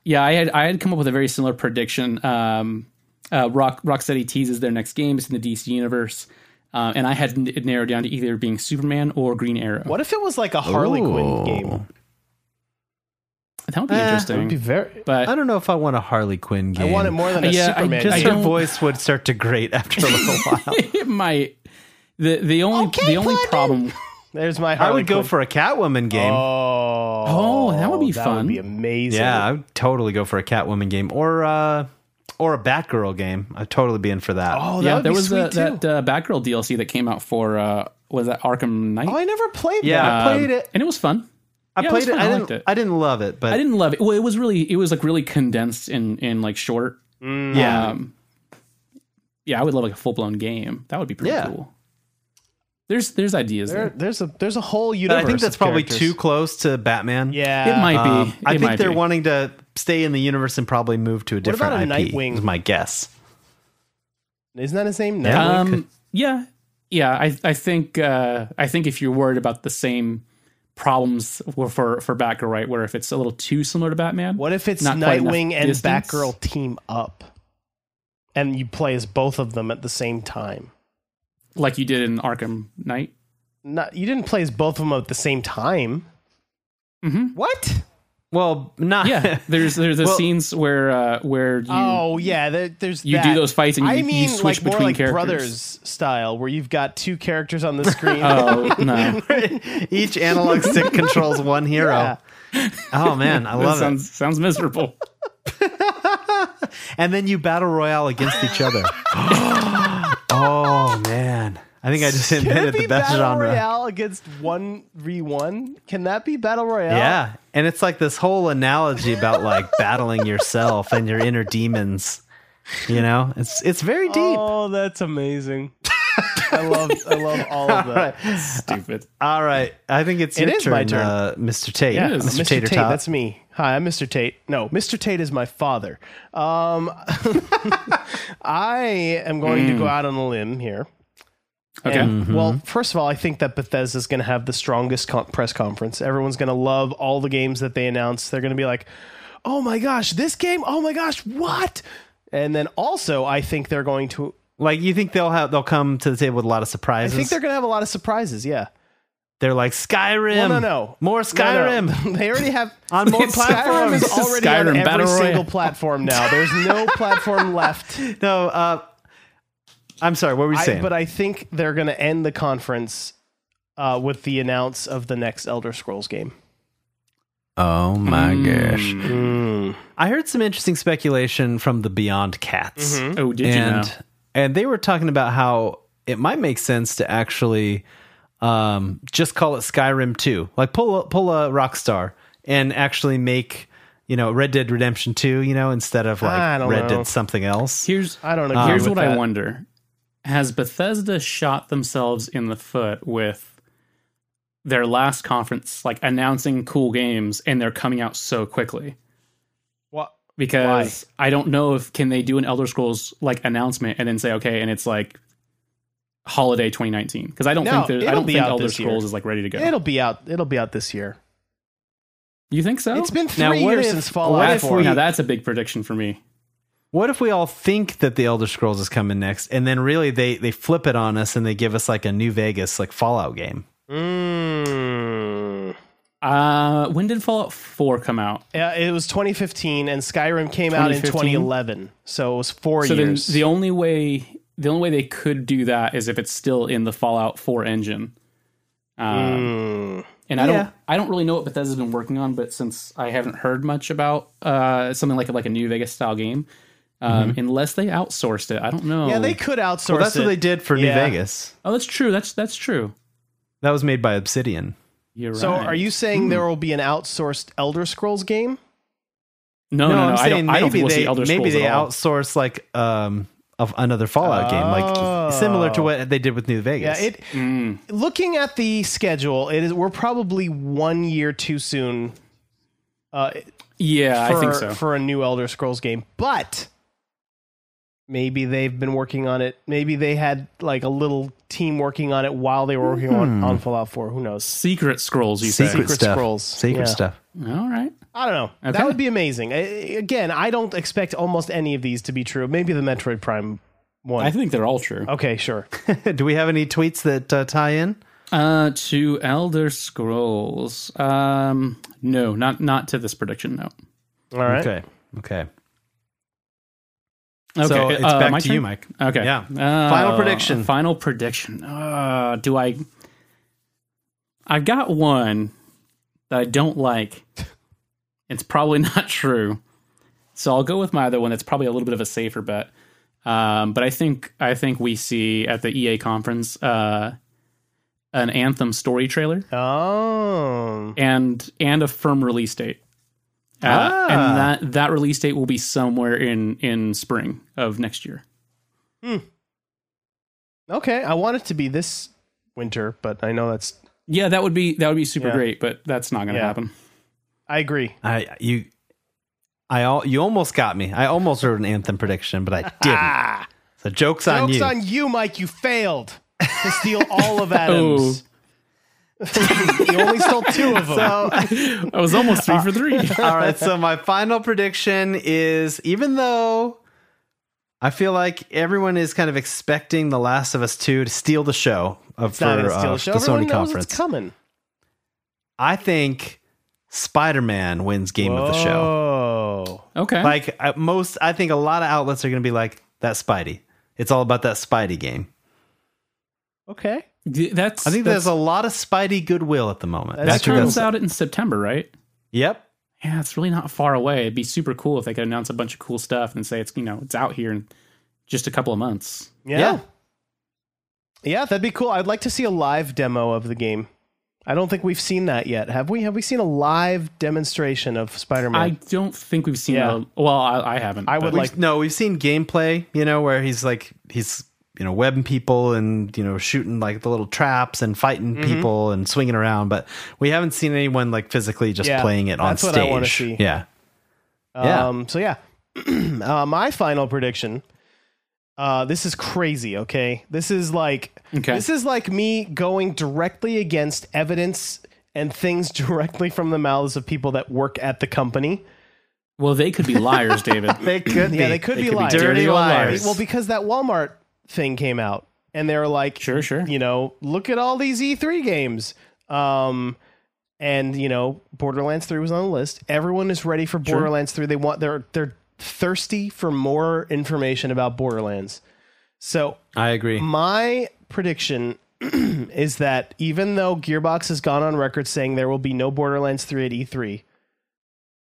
Speaker 2: yeah, I had I had come up with a very similar prediction. Um, uh, Rock Rocksteady teases their next game. It's in the DC universe, uh, and I had n- it narrowed down to either being Superman or Green Arrow.
Speaker 3: What if it was like a Harley Quinn
Speaker 1: Ooh.
Speaker 3: game?
Speaker 2: That would be
Speaker 1: Eh,
Speaker 3: It would be
Speaker 2: interesting.
Speaker 3: very.
Speaker 2: But
Speaker 1: I don't know if I want a Harley Quinn
Speaker 3: I
Speaker 1: game.
Speaker 3: want it more than a
Speaker 2: Yeah, I just-
Speaker 3: Superman.
Speaker 1: Just
Speaker 3: game.
Speaker 1: her
Speaker 2: don't-
Speaker 1: voice would start to grate after a
Speaker 3: *laughs*
Speaker 1: little while.
Speaker 2: *laughs* it might. The the only the only problem.
Speaker 3: There's my.
Speaker 1: I
Speaker 3: Harley
Speaker 1: would go
Speaker 3: Quinn.
Speaker 1: for a Catwoman game.
Speaker 3: Oh,
Speaker 2: Oh, that would be
Speaker 3: that
Speaker 2: fun.
Speaker 3: Would be amazing.
Speaker 1: yeah, I would totally go for a Catwoman game or uh, or a Batgirl game. I'd totally be in for that.
Speaker 3: Oh, that
Speaker 2: yeah,
Speaker 3: would
Speaker 2: there
Speaker 3: be
Speaker 2: was
Speaker 3: sweet
Speaker 2: a,
Speaker 3: too.
Speaker 2: that uh, Batgirl DLC that came out for uh, was that Arkham Knight, Um,
Speaker 3: oh, I never played
Speaker 1: yeah,
Speaker 3: that.
Speaker 1: I played it.
Speaker 2: and it was fun.
Speaker 1: I
Speaker 2: yeah, it
Speaker 1: played
Speaker 2: was
Speaker 1: it.
Speaker 2: fun.
Speaker 1: I,
Speaker 2: I
Speaker 1: didn't,
Speaker 2: liked it.
Speaker 1: I didn't love it, but
Speaker 2: I didn't love it. Well, it was really it was like really condensed in in like short.
Speaker 1: Mm. yeah,
Speaker 2: Um, yeah, I would love like a full blown game. That would be pretty
Speaker 1: Yeah.
Speaker 2: cool. There's there's ideas
Speaker 3: There-
Speaker 2: there.
Speaker 3: there's a there's a whole
Speaker 1: but
Speaker 3: universe.
Speaker 1: I think that's
Speaker 3: of
Speaker 1: probably
Speaker 3: characters.
Speaker 1: too close to Batman.
Speaker 3: Yeah,
Speaker 2: It might be.
Speaker 1: Um, I
Speaker 2: It
Speaker 1: think
Speaker 2: might
Speaker 1: they're
Speaker 2: be.
Speaker 1: wanting to stay in the universe and probably move to a different
Speaker 3: about a
Speaker 1: IP.
Speaker 3: Nightwing?
Speaker 1: Is my guess.
Speaker 3: Isn't that his name?
Speaker 1: Yeah.
Speaker 3: Nightwing?
Speaker 2: Um, yeah, yeah. I I think uh, I think if you're worried about the same problems for for, for Batgirl, right? Where if it's a little too similar to Batman,
Speaker 3: what if it's
Speaker 2: not quite enough
Speaker 3: Nightwing and
Speaker 2: distance?
Speaker 3: Batgirl team up, and you play as both of them at the same time?
Speaker 2: like you did in Arkham Knight?
Speaker 3: Not you didn't play as both of them at the same time.
Speaker 2: Mhm.
Speaker 3: What?
Speaker 1: Well, not
Speaker 2: Yeah, there's there's
Speaker 3: *laughs*
Speaker 2: the
Speaker 1: Well-
Speaker 2: scenes where uh, where you
Speaker 3: oh yeah, there, there's
Speaker 2: you
Speaker 3: that.
Speaker 2: do those fights and you,
Speaker 3: I
Speaker 2: you
Speaker 3: mean,
Speaker 2: switch
Speaker 3: like more
Speaker 2: between
Speaker 3: like
Speaker 2: characters.
Speaker 3: brothers style, where you've got two
Speaker 2: *laughs*
Speaker 3: characters on the screen. *laughs*
Speaker 2: Oh no,
Speaker 1: *laughs* each analog
Speaker 2: *laughs*
Speaker 1: stick controls one hero.
Speaker 3: Yeah.
Speaker 1: Oh man, I
Speaker 2: that
Speaker 1: love it.
Speaker 2: sounds
Speaker 1: *laughs*
Speaker 2: sounds miserable.
Speaker 1: And then you battle royale against each
Speaker 2: *gasps*
Speaker 1: other. *gasps* oh man, I think I just
Speaker 3: Can it
Speaker 1: invented
Speaker 3: be
Speaker 1: the best
Speaker 3: battle
Speaker 1: genre.
Speaker 3: royale against one v one? Can that be battle royale?
Speaker 1: Yeah. And it's like this whole analogy about like *laughs* battling yourself and your inner demons. You know, it's it's very deep.
Speaker 3: Oh, that's amazing. That's I love I love
Speaker 1: *laughs*
Speaker 3: all of that.
Speaker 2: Stupid.
Speaker 1: All right. I think it's
Speaker 3: It
Speaker 1: your
Speaker 3: is
Speaker 1: turn,
Speaker 3: my turn.
Speaker 1: Uh, Mr. Tate.
Speaker 2: Yeah, it is.
Speaker 1: Mr.
Speaker 3: Mr.
Speaker 1: Tater
Speaker 3: Tate,
Speaker 1: Tot.
Speaker 3: that's me. Hi, I'm Mr. Tate. No, Mr. Tate is my father. Um, *laughs* I am going
Speaker 1: Mm.
Speaker 3: to go out on a limb here.
Speaker 2: Okay.
Speaker 3: And,
Speaker 1: Mm-hmm.
Speaker 3: Well, first of all, I think that Bethesda's going to have the strongest con- press conference. Everyone's going to love all the games that they announce. They're going to be like, "Oh my gosh, this game! Oh my gosh, what?" And then also, I think they're going to.
Speaker 1: Like you think they'll have they'll come to the table with a lot of
Speaker 3: I
Speaker 1: surprises.
Speaker 3: think they're going to have a lot of surprises. Yeah.
Speaker 1: they're like Skyrim.
Speaker 3: Well, Oh, no, no,
Speaker 1: More Skyrim. *laughs*
Speaker 3: No, no. *laughs* They already have
Speaker 1: On more
Speaker 3: *laughs* Skyrim
Speaker 1: platforms.
Speaker 3: is
Speaker 2: It's just
Speaker 3: already
Speaker 2: Skyrim
Speaker 3: on every
Speaker 2: Battle Royale.
Speaker 3: single platform now. There's
Speaker 1: *laughs*
Speaker 3: no platform left.
Speaker 1: No, uh I'm sorry, what were you
Speaker 3: I,
Speaker 1: saying?
Speaker 3: but I think they're going to end the conference uh, with the announce of the next Elder Scrolls game.
Speaker 1: oh my gosh.
Speaker 3: Mm.
Speaker 1: I heard some interesting speculation from the Beyond Cats.
Speaker 3: Mm-hmm.
Speaker 2: Oh, did
Speaker 1: and
Speaker 2: you know?
Speaker 1: and they were talking about how it might make sense to actually um, just call it Skyrim 2. Like pull a, pull a Rockstar and actually make you know Red Dead Redemption 2, you know, instead of
Speaker 3: I
Speaker 1: like
Speaker 3: don't
Speaker 1: Red
Speaker 3: know.
Speaker 1: Dead something else.
Speaker 2: Here's
Speaker 3: I don't
Speaker 1: Ah,
Speaker 3: agree.
Speaker 2: here's
Speaker 3: with
Speaker 2: what I
Speaker 3: that.
Speaker 2: wonder: Has Bethesda shot themselves in the foot with their last conference, like announcing cool games, and they're coming out so quickly?
Speaker 3: What?
Speaker 2: Because I don't know if can they do an Elder Scrolls like announcement and then say okay, and it's like holiday 2019 because I don't
Speaker 3: No,
Speaker 2: think there's, I
Speaker 3: it'll
Speaker 2: don't
Speaker 3: be
Speaker 2: think
Speaker 3: out
Speaker 2: Elder
Speaker 3: this year.
Speaker 2: Scrolls is like ready to go.
Speaker 3: It'll be out. It'll be out this year.
Speaker 2: you think so?
Speaker 3: It's been three
Speaker 1: Now, what
Speaker 3: years
Speaker 1: if-
Speaker 3: since
Speaker 1: what
Speaker 3: Fallout
Speaker 1: if
Speaker 3: Four.
Speaker 1: we-
Speaker 2: now that's a big prediction for me.
Speaker 1: What if we all think that the Elder Scrolls is coming next, and then really they they flip it on us and they give us like a New Vegas like Fallout game?
Speaker 3: Mm.
Speaker 2: Uh, when did Fallout 4 come out?
Speaker 3: Yeah, it was 2015, and Skyrim came out in
Speaker 2: 2015?
Speaker 3: 2011. So it was four
Speaker 2: So
Speaker 3: years.
Speaker 2: then the only way the only way they could do that is if it's still in the Fallout 4 engine. Um,
Speaker 3: Mm.
Speaker 2: and I
Speaker 1: Yeah.
Speaker 2: don't I don't really know what Bethesda's been working on, but since I haven't heard much about uh, something like like a New Vegas style game, um,
Speaker 3: Mm-hmm.
Speaker 2: unless they outsourced it, I don't know.
Speaker 3: yeah, they could outsource.
Speaker 1: Well, that's
Speaker 3: it.
Speaker 1: what they did for New
Speaker 3: Yeah.
Speaker 1: Vegas.
Speaker 2: Oh, that's true. That's that's true.
Speaker 1: That was made by Obsidian.
Speaker 2: You're
Speaker 3: So
Speaker 2: right.
Speaker 3: are you
Speaker 1: Hmm.
Speaker 3: saying there will be an outsourced Elder Scrolls game?
Speaker 2: No, no, no.
Speaker 1: I'm
Speaker 2: I
Speaker 1: saying
Speaker 2: don't. I don't think
Speaker 1: maybe
Speaker 2: we'll
Speaker 1: they
Speaker 2: see Elder
Speaker 1: maybe
Speaker 2: Scrolls
Speaker 1: they
Speaker 2: at all.
Speaker 1: outsource like um of another Fallout game, like similar to what they did with New
Speaker 3: Yeah,
Speaker 1: Vegas.
Speaker 3: it.
Speaker 2: Mm.
Speaker 3: Looking at the schedule, it is we're probably one year too soon uh,
Speaker 2: yeah,
Speaker 3: for
Speaker 2: I think so.
Speaker 3: for a new Elder Scrolls game, but maybe they've been working on it. Maybe they had like a little team working on it while they were working on, on Fallout Four. Who knows?
Speaker 2: Secret Scrolls, you
Speaker 1: Secret,
Speaker 3: Secret
Speaker 1: stuff.
Speaker 3: Scrolls.
Speaker 1: Secret
Speaker 3: Yeah.
Speaker 1: stuff.
Speaker 2: say? All right.
Speaker 3: I don't know.
Speaker 2: Okay.
Speaker 3: That would be amazing. I, again, I don't expect almost any of these to be true. Maybe the Metroid Prime one.
Speaker 2: I think they're all true.
Speaker 3: okay, sure.
Speaker 1: Do we have any tweets that uh, tie in?
Speaker 2: Uh, to Elder Scrolls. Um, no, not not to this prediction. No.
Speaker 3: All right.
Speaker 1: Okay. Okay.
Speaker 2: Okay,
Speaker 1: So it's
Speaker 2: uh,
Speaker 1: back
Speaker 2: my
Speaker 1: to you,
Speaker 2: turn?
Speaker 1: Mike.
Speaker 2: Okay.
Speaker 1: Yeah.
Speaker 2: Uh,
Speaker 1: Final prediction.
Speaker 2: Final prediction. Uh, do I? I've got one that I don't like. It's probably *laughs* not true, so I'll go with my other one. That's probably a little bit of a safer bet. Um, but I think I think we see at the EA conference uh, an Anthem story trailer.
Speaker 3: Oh.
Speaker 2: and and a firm release date. Uh,
Speaker 1: Ah.
Speaker 2: And that that release date will be somewhere in in spring of next year.
Speaker 3: Okay. I want it to be this winter, but I know that's.
Speaker 2: Yeah, that would be that would be super
Speaker 3: Yeah.
Speaker 2: great, but that's not going to
Speaker 3: Yeah.
Speaker 2: happen.
Speaker 3: I agree.
Speaker 1: I you I all you almost got me. I almost wrote an anthem prediction, but I didn't.
Speaker 3: Ah.
Speaker 1: so jokes on
Speaker 3: Jokes
Speaker 1: you.
Speaker 3: on you, Mike. You failed to steal
Speaker 1: *laughs*
Speaker 3: all of
Speaker 1: Oh,
Speaker 3: Adams. you only stole
Speaker 1: *laughs*
Speaker 3: two of them.
Speaker 2: I was almost three for
Speaker 3: *laughs*
Speaker 2: three.
Speaker 1: All right, so my final prediction is even though I feel like everyone is kind of expecting The Last of Us 2 to steal the show of
Speaker 3: it's
Speaker 1: for
Speaker 3: not going to steal
Speaker 1: uh,
Speaker 3: the show.
Speaker 1: the
Speaker 3: Everyone
Speaker 1: Sony
Speaker 3: knows
Speaker 1: conference.
Speaker 3: it's coming.
Speaker 1: I think Spider-Man wins game of the show.
Speaker 3: Oh.
Speaker 2: okay,
Speaker 1: Like at most I think a lot of outlets are going to be like that Spidey. It's all about that Spidey game.
Speaker 3: Okay.
Speaker 2: D- that's
Speaker 1: I think
Speaker 2: that's,
Speaker 1: there's a lot of Spidey goodwill at the moment.
Speaker 3: That
Speaker 2: that
Speaker 3: that's-
Speaker 2: comes out in September, right?
Speaker 1: Yep.
Speaker 2: Yeah, it's really not far away. It'd be super cool if they could announce a bunch of cool stuff and say it's you know it's out here in just a couple of months.
Speaker 3: Yeah. yeah. that'd be cool. I'd like to see a live demo of the game. I don't think we've seen that yet. Have we? Have we seen a live demonstration of
Speaker 2: I
Speaker 3: Spider-Man?
Speaker 2: don't think we've seen.
Speaker 3: Yeah.
Speaker 2: A, well, I, I haven't.
Speaker 3: I would
Speaker 2: but-
Speaker 1: We've-
Speaker 3: like-
Speaker 1: no, we've seen gameplay, you know, where he's like he's you know webbing people and you know shooting like the little traps and fighting
Speaker 3: Mm-hmm.
Speaker 1: people and swinging around, but we haven't seen anyone like physically just
Speaker 3: Yeah,
Speaker 1: playing it on
Speaker 3: that's
Speaker 1: stage.
Speaker 3: what I wanna see.
Speaker 1: Yeah, Yeah.
Speaker 3: Um, so yeah, *clears throat* uh, my final prediction. Uh, this is crazy. Okay, this is like
Speaker 2: Okay.
Speaker 3: this is like me going directly against evidence and things *laughs* directly from the mouths of people that work at the company.
Speaker 2: Well, they could be
Speaker 3: *laughs*
Speaker 2: liars, David.
Speaker 1: they could.
Speaker 3: Yeah, they could
Speaker 2: They
Speaker 3: be
Speaker 2: could be
Speaker 3: liars.
Speaker 1: dirty
Speaker 2: dirty old
Speaker 1: liars.
Speaker 2: liars.
Speaker 3: Well, because that Walmart thing came out, and they were like,
Speaker 2: Sure, sure.
Speaker 3: you know, look at all these E3 games. Um, and you know, Borderlands 3 was on the list. Everyone is ready for Borderlands 3. They want they're they're thirsty for more information about Borderlands. So
Speaker 1: I agree.
Speaker 3: Mm. my prediction *clears throat* is that even though Gearbox has gone on record saying there will be no Borderlands 3 at E3,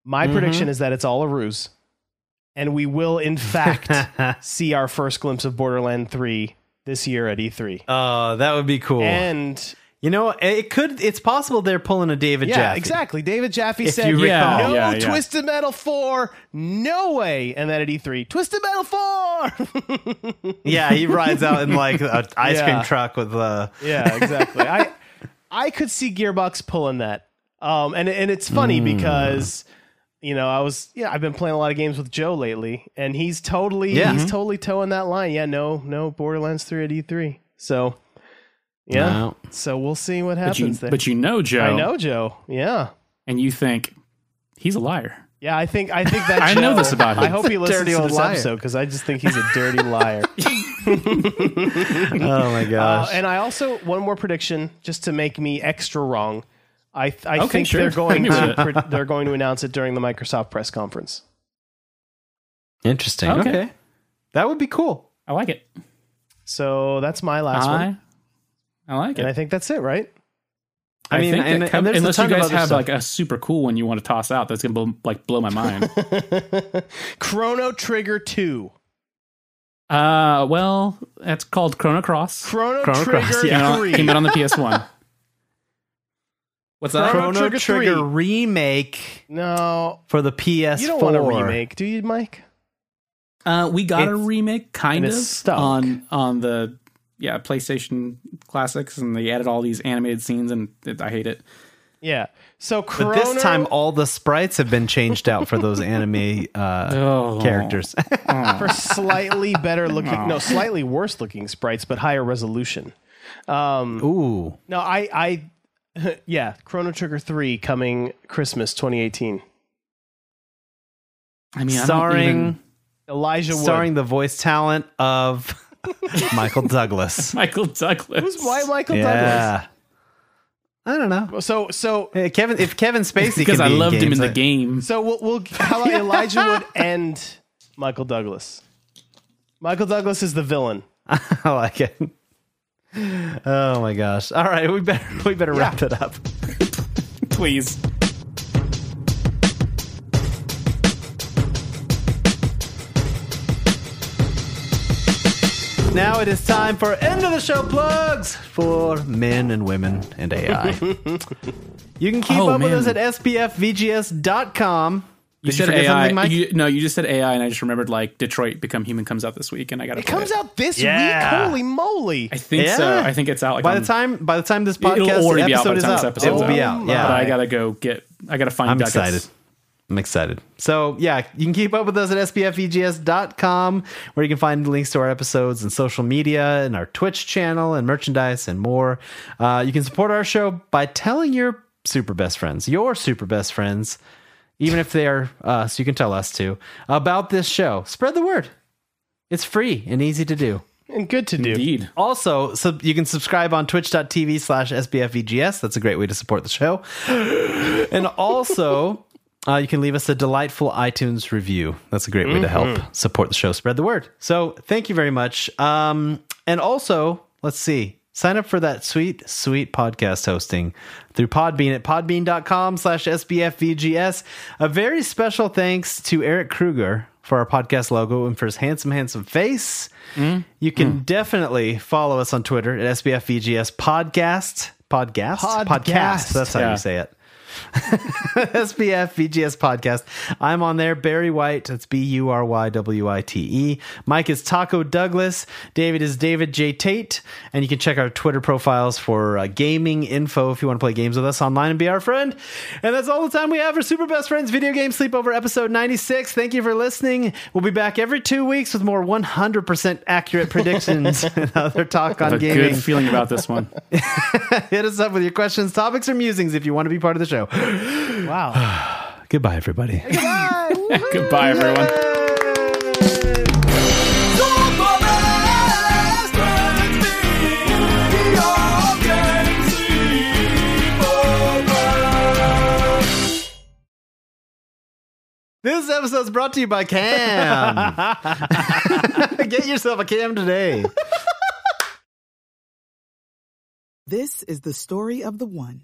Speaker 3: my
Speaker 1: Mm-hmm.
Speaker 3: prediction is that it's all a ruse. And we will,
Speaker 1: *laughs*
Speaker 3: in fact, see our first glimpse of Borderland 3 this year at E3.
Speaker 1: Oh, that would be cool.
Speaker 3: And
Speaker 1: you know, it could. It's possible they're pulling a David.
Speaker 3: yeah,
Speaker 1: Jaffe.
Speaker 3: exactly. David Jaffe
Speaker 1: If
Speaker 3: said,
Speaker 1: you
Speaker 2: Yeah.
Speaker 1: recall,
Speaker 3: No
Speaker 2: Yeah, yeah.
Speaker 3: Twisted Metal 4, no way. And then at E3, Twisted Metal *laughs* 4!
Speaker 1: Yeah, he rides out in like
Speaker 3: *laughs*
Speaker 1: an ice
Speaker 3: Yeah.
Speaker 1: cream truck with
Speaker 3: *laughs*
Speaker 1: uh
Speaker 3: Yeah, exactly. I I could see Gearbox pulling that. Um, and and it's
Speaker 2: Hmm.
Speaker 3: funny because you know I was yeah I've been playing a lot of games with Joe lately, and he's totally
Speaker 1: Yeah.
Speaker 2: Mm-hmm.
Speaker 3: he's totally toeing that line. Yeah, no no Borderlands three at E three. So yeah,
Speaker 1: No.
Speaker 3: so we'll see what
Speaker 2: But you,
Speaker 3: happens there.
Speaker 2: but you know Joe,
Speaker 3: I know Joe. Yeah.
Speaker 2: and you think he's a liar.
Speaker 3: Yeah, I think I think
Speaker 2: *laughs*
Speaker 3: that
Speaker 2: I
Speaker 3: Joe-
Speaker 2: know this about him. *laughs*
Speaker 3: I hope he listens
Speaker 1: Dirty
Speaker 3: to
Speaker 1: old
Speaker 3: this
Speaker 1: liar.
Speaker 3: episode because I just think he's a dirty liar.
Speaker 1: Oh my
Speaker 3: Uh,
Speaker 1: gosh.
Speaker 3: and I also one more prediction just to make me extra wrong. I I
Speaker 2: Okay,
Speaker 3: think
Speaker 2: sure. *laughs*
Speaker 3: they're going
Speaker 2: Hit me
Speaker 3: to
Speaker 2: with
Speaker 3: pre- they're going to announce it during the Microsoft press conference.
Speaker 1: Interesting.
Speaker 2: Okay.
Speaker 1: That would be cool.
Speaker 2: I like it.
Speaker 3: So that's my last one,
Speaker 2: I, I like it.
Speaker 3: and I think that's it, right?
Speaker 1: I mean,
Speaker 2: think that
Speaker 1: and- and
Speaker 2: com-
Speaker 1: there's a
Speaker 2: unless you
Speaker 1: ton of
Speaker 2: guys
Speaker 1: other
Speaker 2: have
Speaker 1: stuff.
Speaker 2: like a super cool one you want to toss out, that's gonna blow, like blow
Speaker 1: *laughs*
Speaker 2: my mind.
Speaker 3: Chrono Trigger Two,
Speaker 2: uh, well, that's called Chrono Cross.
Speaker 3: Chrono,
Speaker 1: Chrono
Speaker 3: Trigger
Speaker 1: Cross, *laughs* yeah.
Speaker 2: Came out-
Speaker 3: Three.
Speaker 2: came out on the PS One. What's that?
Speaker 1: Chrono
Speaker 3: Chrono
Speaker 1: Trigger,
Speaker 3: Trigger three.
Speaker 1: remake
Speaker 3: No,
Speaker 1: for the PS4.
Speaker 3: you don't want a remake, do you, Mike?
Speaker 2: Uh, we got a
Speaker 1: It's-
Speaker 2: remake, kind
Speaker 3: and
Speaker 2: of
Speaker 3: it's stunk.
Speaker 2: on on the yeah PlayStation classics, and they added all these animated scenes, and it, I hate it.
Speaker 3: Yeah. So
Speaker 1: But
Speaker 3: Chrono.
Speaker 1: this time, all the sprites have been changed out for those anime uh,
Speaker 2: Oh,
Speaker 1: characters. *laughs*
Speaker 3: for slightly better looking, no, slightly worse looking sprites, but higher resolution. Um,
Speaker 1: Ooh,
Speaker 3: No, I, I, *laughs* yeah, Chrono Trigger three coming Christmas 2018.
Speaker 2: I mean, I don't
Speaker 1: starring
Speaker 2: even-
Speaker 3: Elijah Wood.
Speaker 1: starring the voice talent of
Speaker 2: *laughs*
Speaker 1: Michael Douglas.
Speaker 2: Michael Douglas.
Speaker 3: Who's why Michael
Speaker 1: yeah, I don't know.
Speaker 3: Douglas? So so
Speaker 1: Hey, Kevin, if Kevin Spacey
Speaker 2: Because
Speaker 1: can
Speaker 2: I
Speaker 1: be
Speaker 2: loved him
Speaker 1: games, *laughs*
Speaker 2: in the
Speaker 1: I-
Speaker 2: game.
Speaker 3: so we'll, we'll how *laughs* about Elijah Wood and Michael Douglas? Michael Douglas is the villain.
Speaker 1: I like it. Oh my gosh! All right, we better *laughs* we better wrap it up. *laughs*
Speaker 2: Please.
Speaker 1: Now it is time for end of the show plugs for men and women and
Speaker 2: *laughs*
Speaker 1: AI. you can keep
Speaker 2: Oh,
Speaker 1: up with
Speaker 2: man.
Speaker 1: us at spfvgs.com.
Speaker 2: You
Speaker 1: Did
Speaker 2: said
Speaker 1: forget something,
Speaker 2: AI.
Speaker 1: Mike?
Speaker 2: You, no, you just said AI, and I just remembered like Detroit Become Human comes out this week, and I got
Speaker 3: It comes out this
Speaker 1: Yeah.
Speaker 3: week. Holy moly!
Speaker 2: I think so.
Speaker 1: Yeah.
Speaker 2: I think it's out. Like,
Speaker 1: by the
Speaker 2: on-
Speaker 1: time by the time this
Speaker 2: it'll
Speaker 1: podcast
Speaker 2: already be out by
Speaker 1: episode
Speaker 2: the
Speaker 1: is
Speaker 2: time this
Speaker 1: up, it
Speaker 2: episode's
Speaker 1: will be out.
Speaker 2: out.
Speaker 3: Oh
Speaker 1: Yeah,
Speaker 2: but I gotta go get. I gotta find.
Speaker 1: I'm
Speaker 2: Douglas.
Speaker 1: excited. I'm excited. So, yeah, you can keep up with us at spfegs.com, where you can find links to our episodes and social media and our Twitch channel and merchandise and more. Uh, you can support our show by telling your super best friends, your super best friends, even if they are us, you can tell us too, about this show. Spread the word. It's free and easy to do.
Speaker 3: and good to do.
Speaker 2: Indeed.
Speaker 1: Also, sub- you can subscribe on twitch.tv slash SBFVGS. E That's a great way to support the show. and also, uh, you can leave us a delightful iTunes review. That's a great way to help support the show, spread the word. So, thank you very much. Um, and also, let's see. Sign up for that sweet, sweet podcast hosting through Podbean at podbean.com slash SBFVGS. A very special thanks to Eric Kruger for our podcast logo and for his handsome, handsome face. You can definitely follow us on Twitter at SBFVGS Podcast. Podcast? Podcast.
Speaker 3: Podcast.
Speaker 1: That's how
Speaker 2: Yeah.
Speaker 1: you say it. SBF VGS podcast. I'm on there. Barry White. That's B U R Y W I T E. Mike is Taco Douglas. David is David J Tate. And you can check our Twitter profiles for uh, gaming info if you want to play games with us online and be our friend. And that's all the time we have for Super Best Friends Video Game Sleepover episode 96. Thank you for listening. We'll be back every two weeks with more 100% accurate predictions and other talk on
Speaker 2: a
Speaker 1: gaming.
Speaker 2: good feeling about this one.
Speaker 1: *laughs* Hit us up with your questions, topics, or musings if you want to be part of the show.
Speaker 3: Wow.
Speaker 1: Goodbye, everybody.
Speaker 2: Goodbye, everyone.
Speaker 1: This episode is brought to you by Cam. *laughs* Get yourself a cam today.
Speaker 5: This is the story of the one.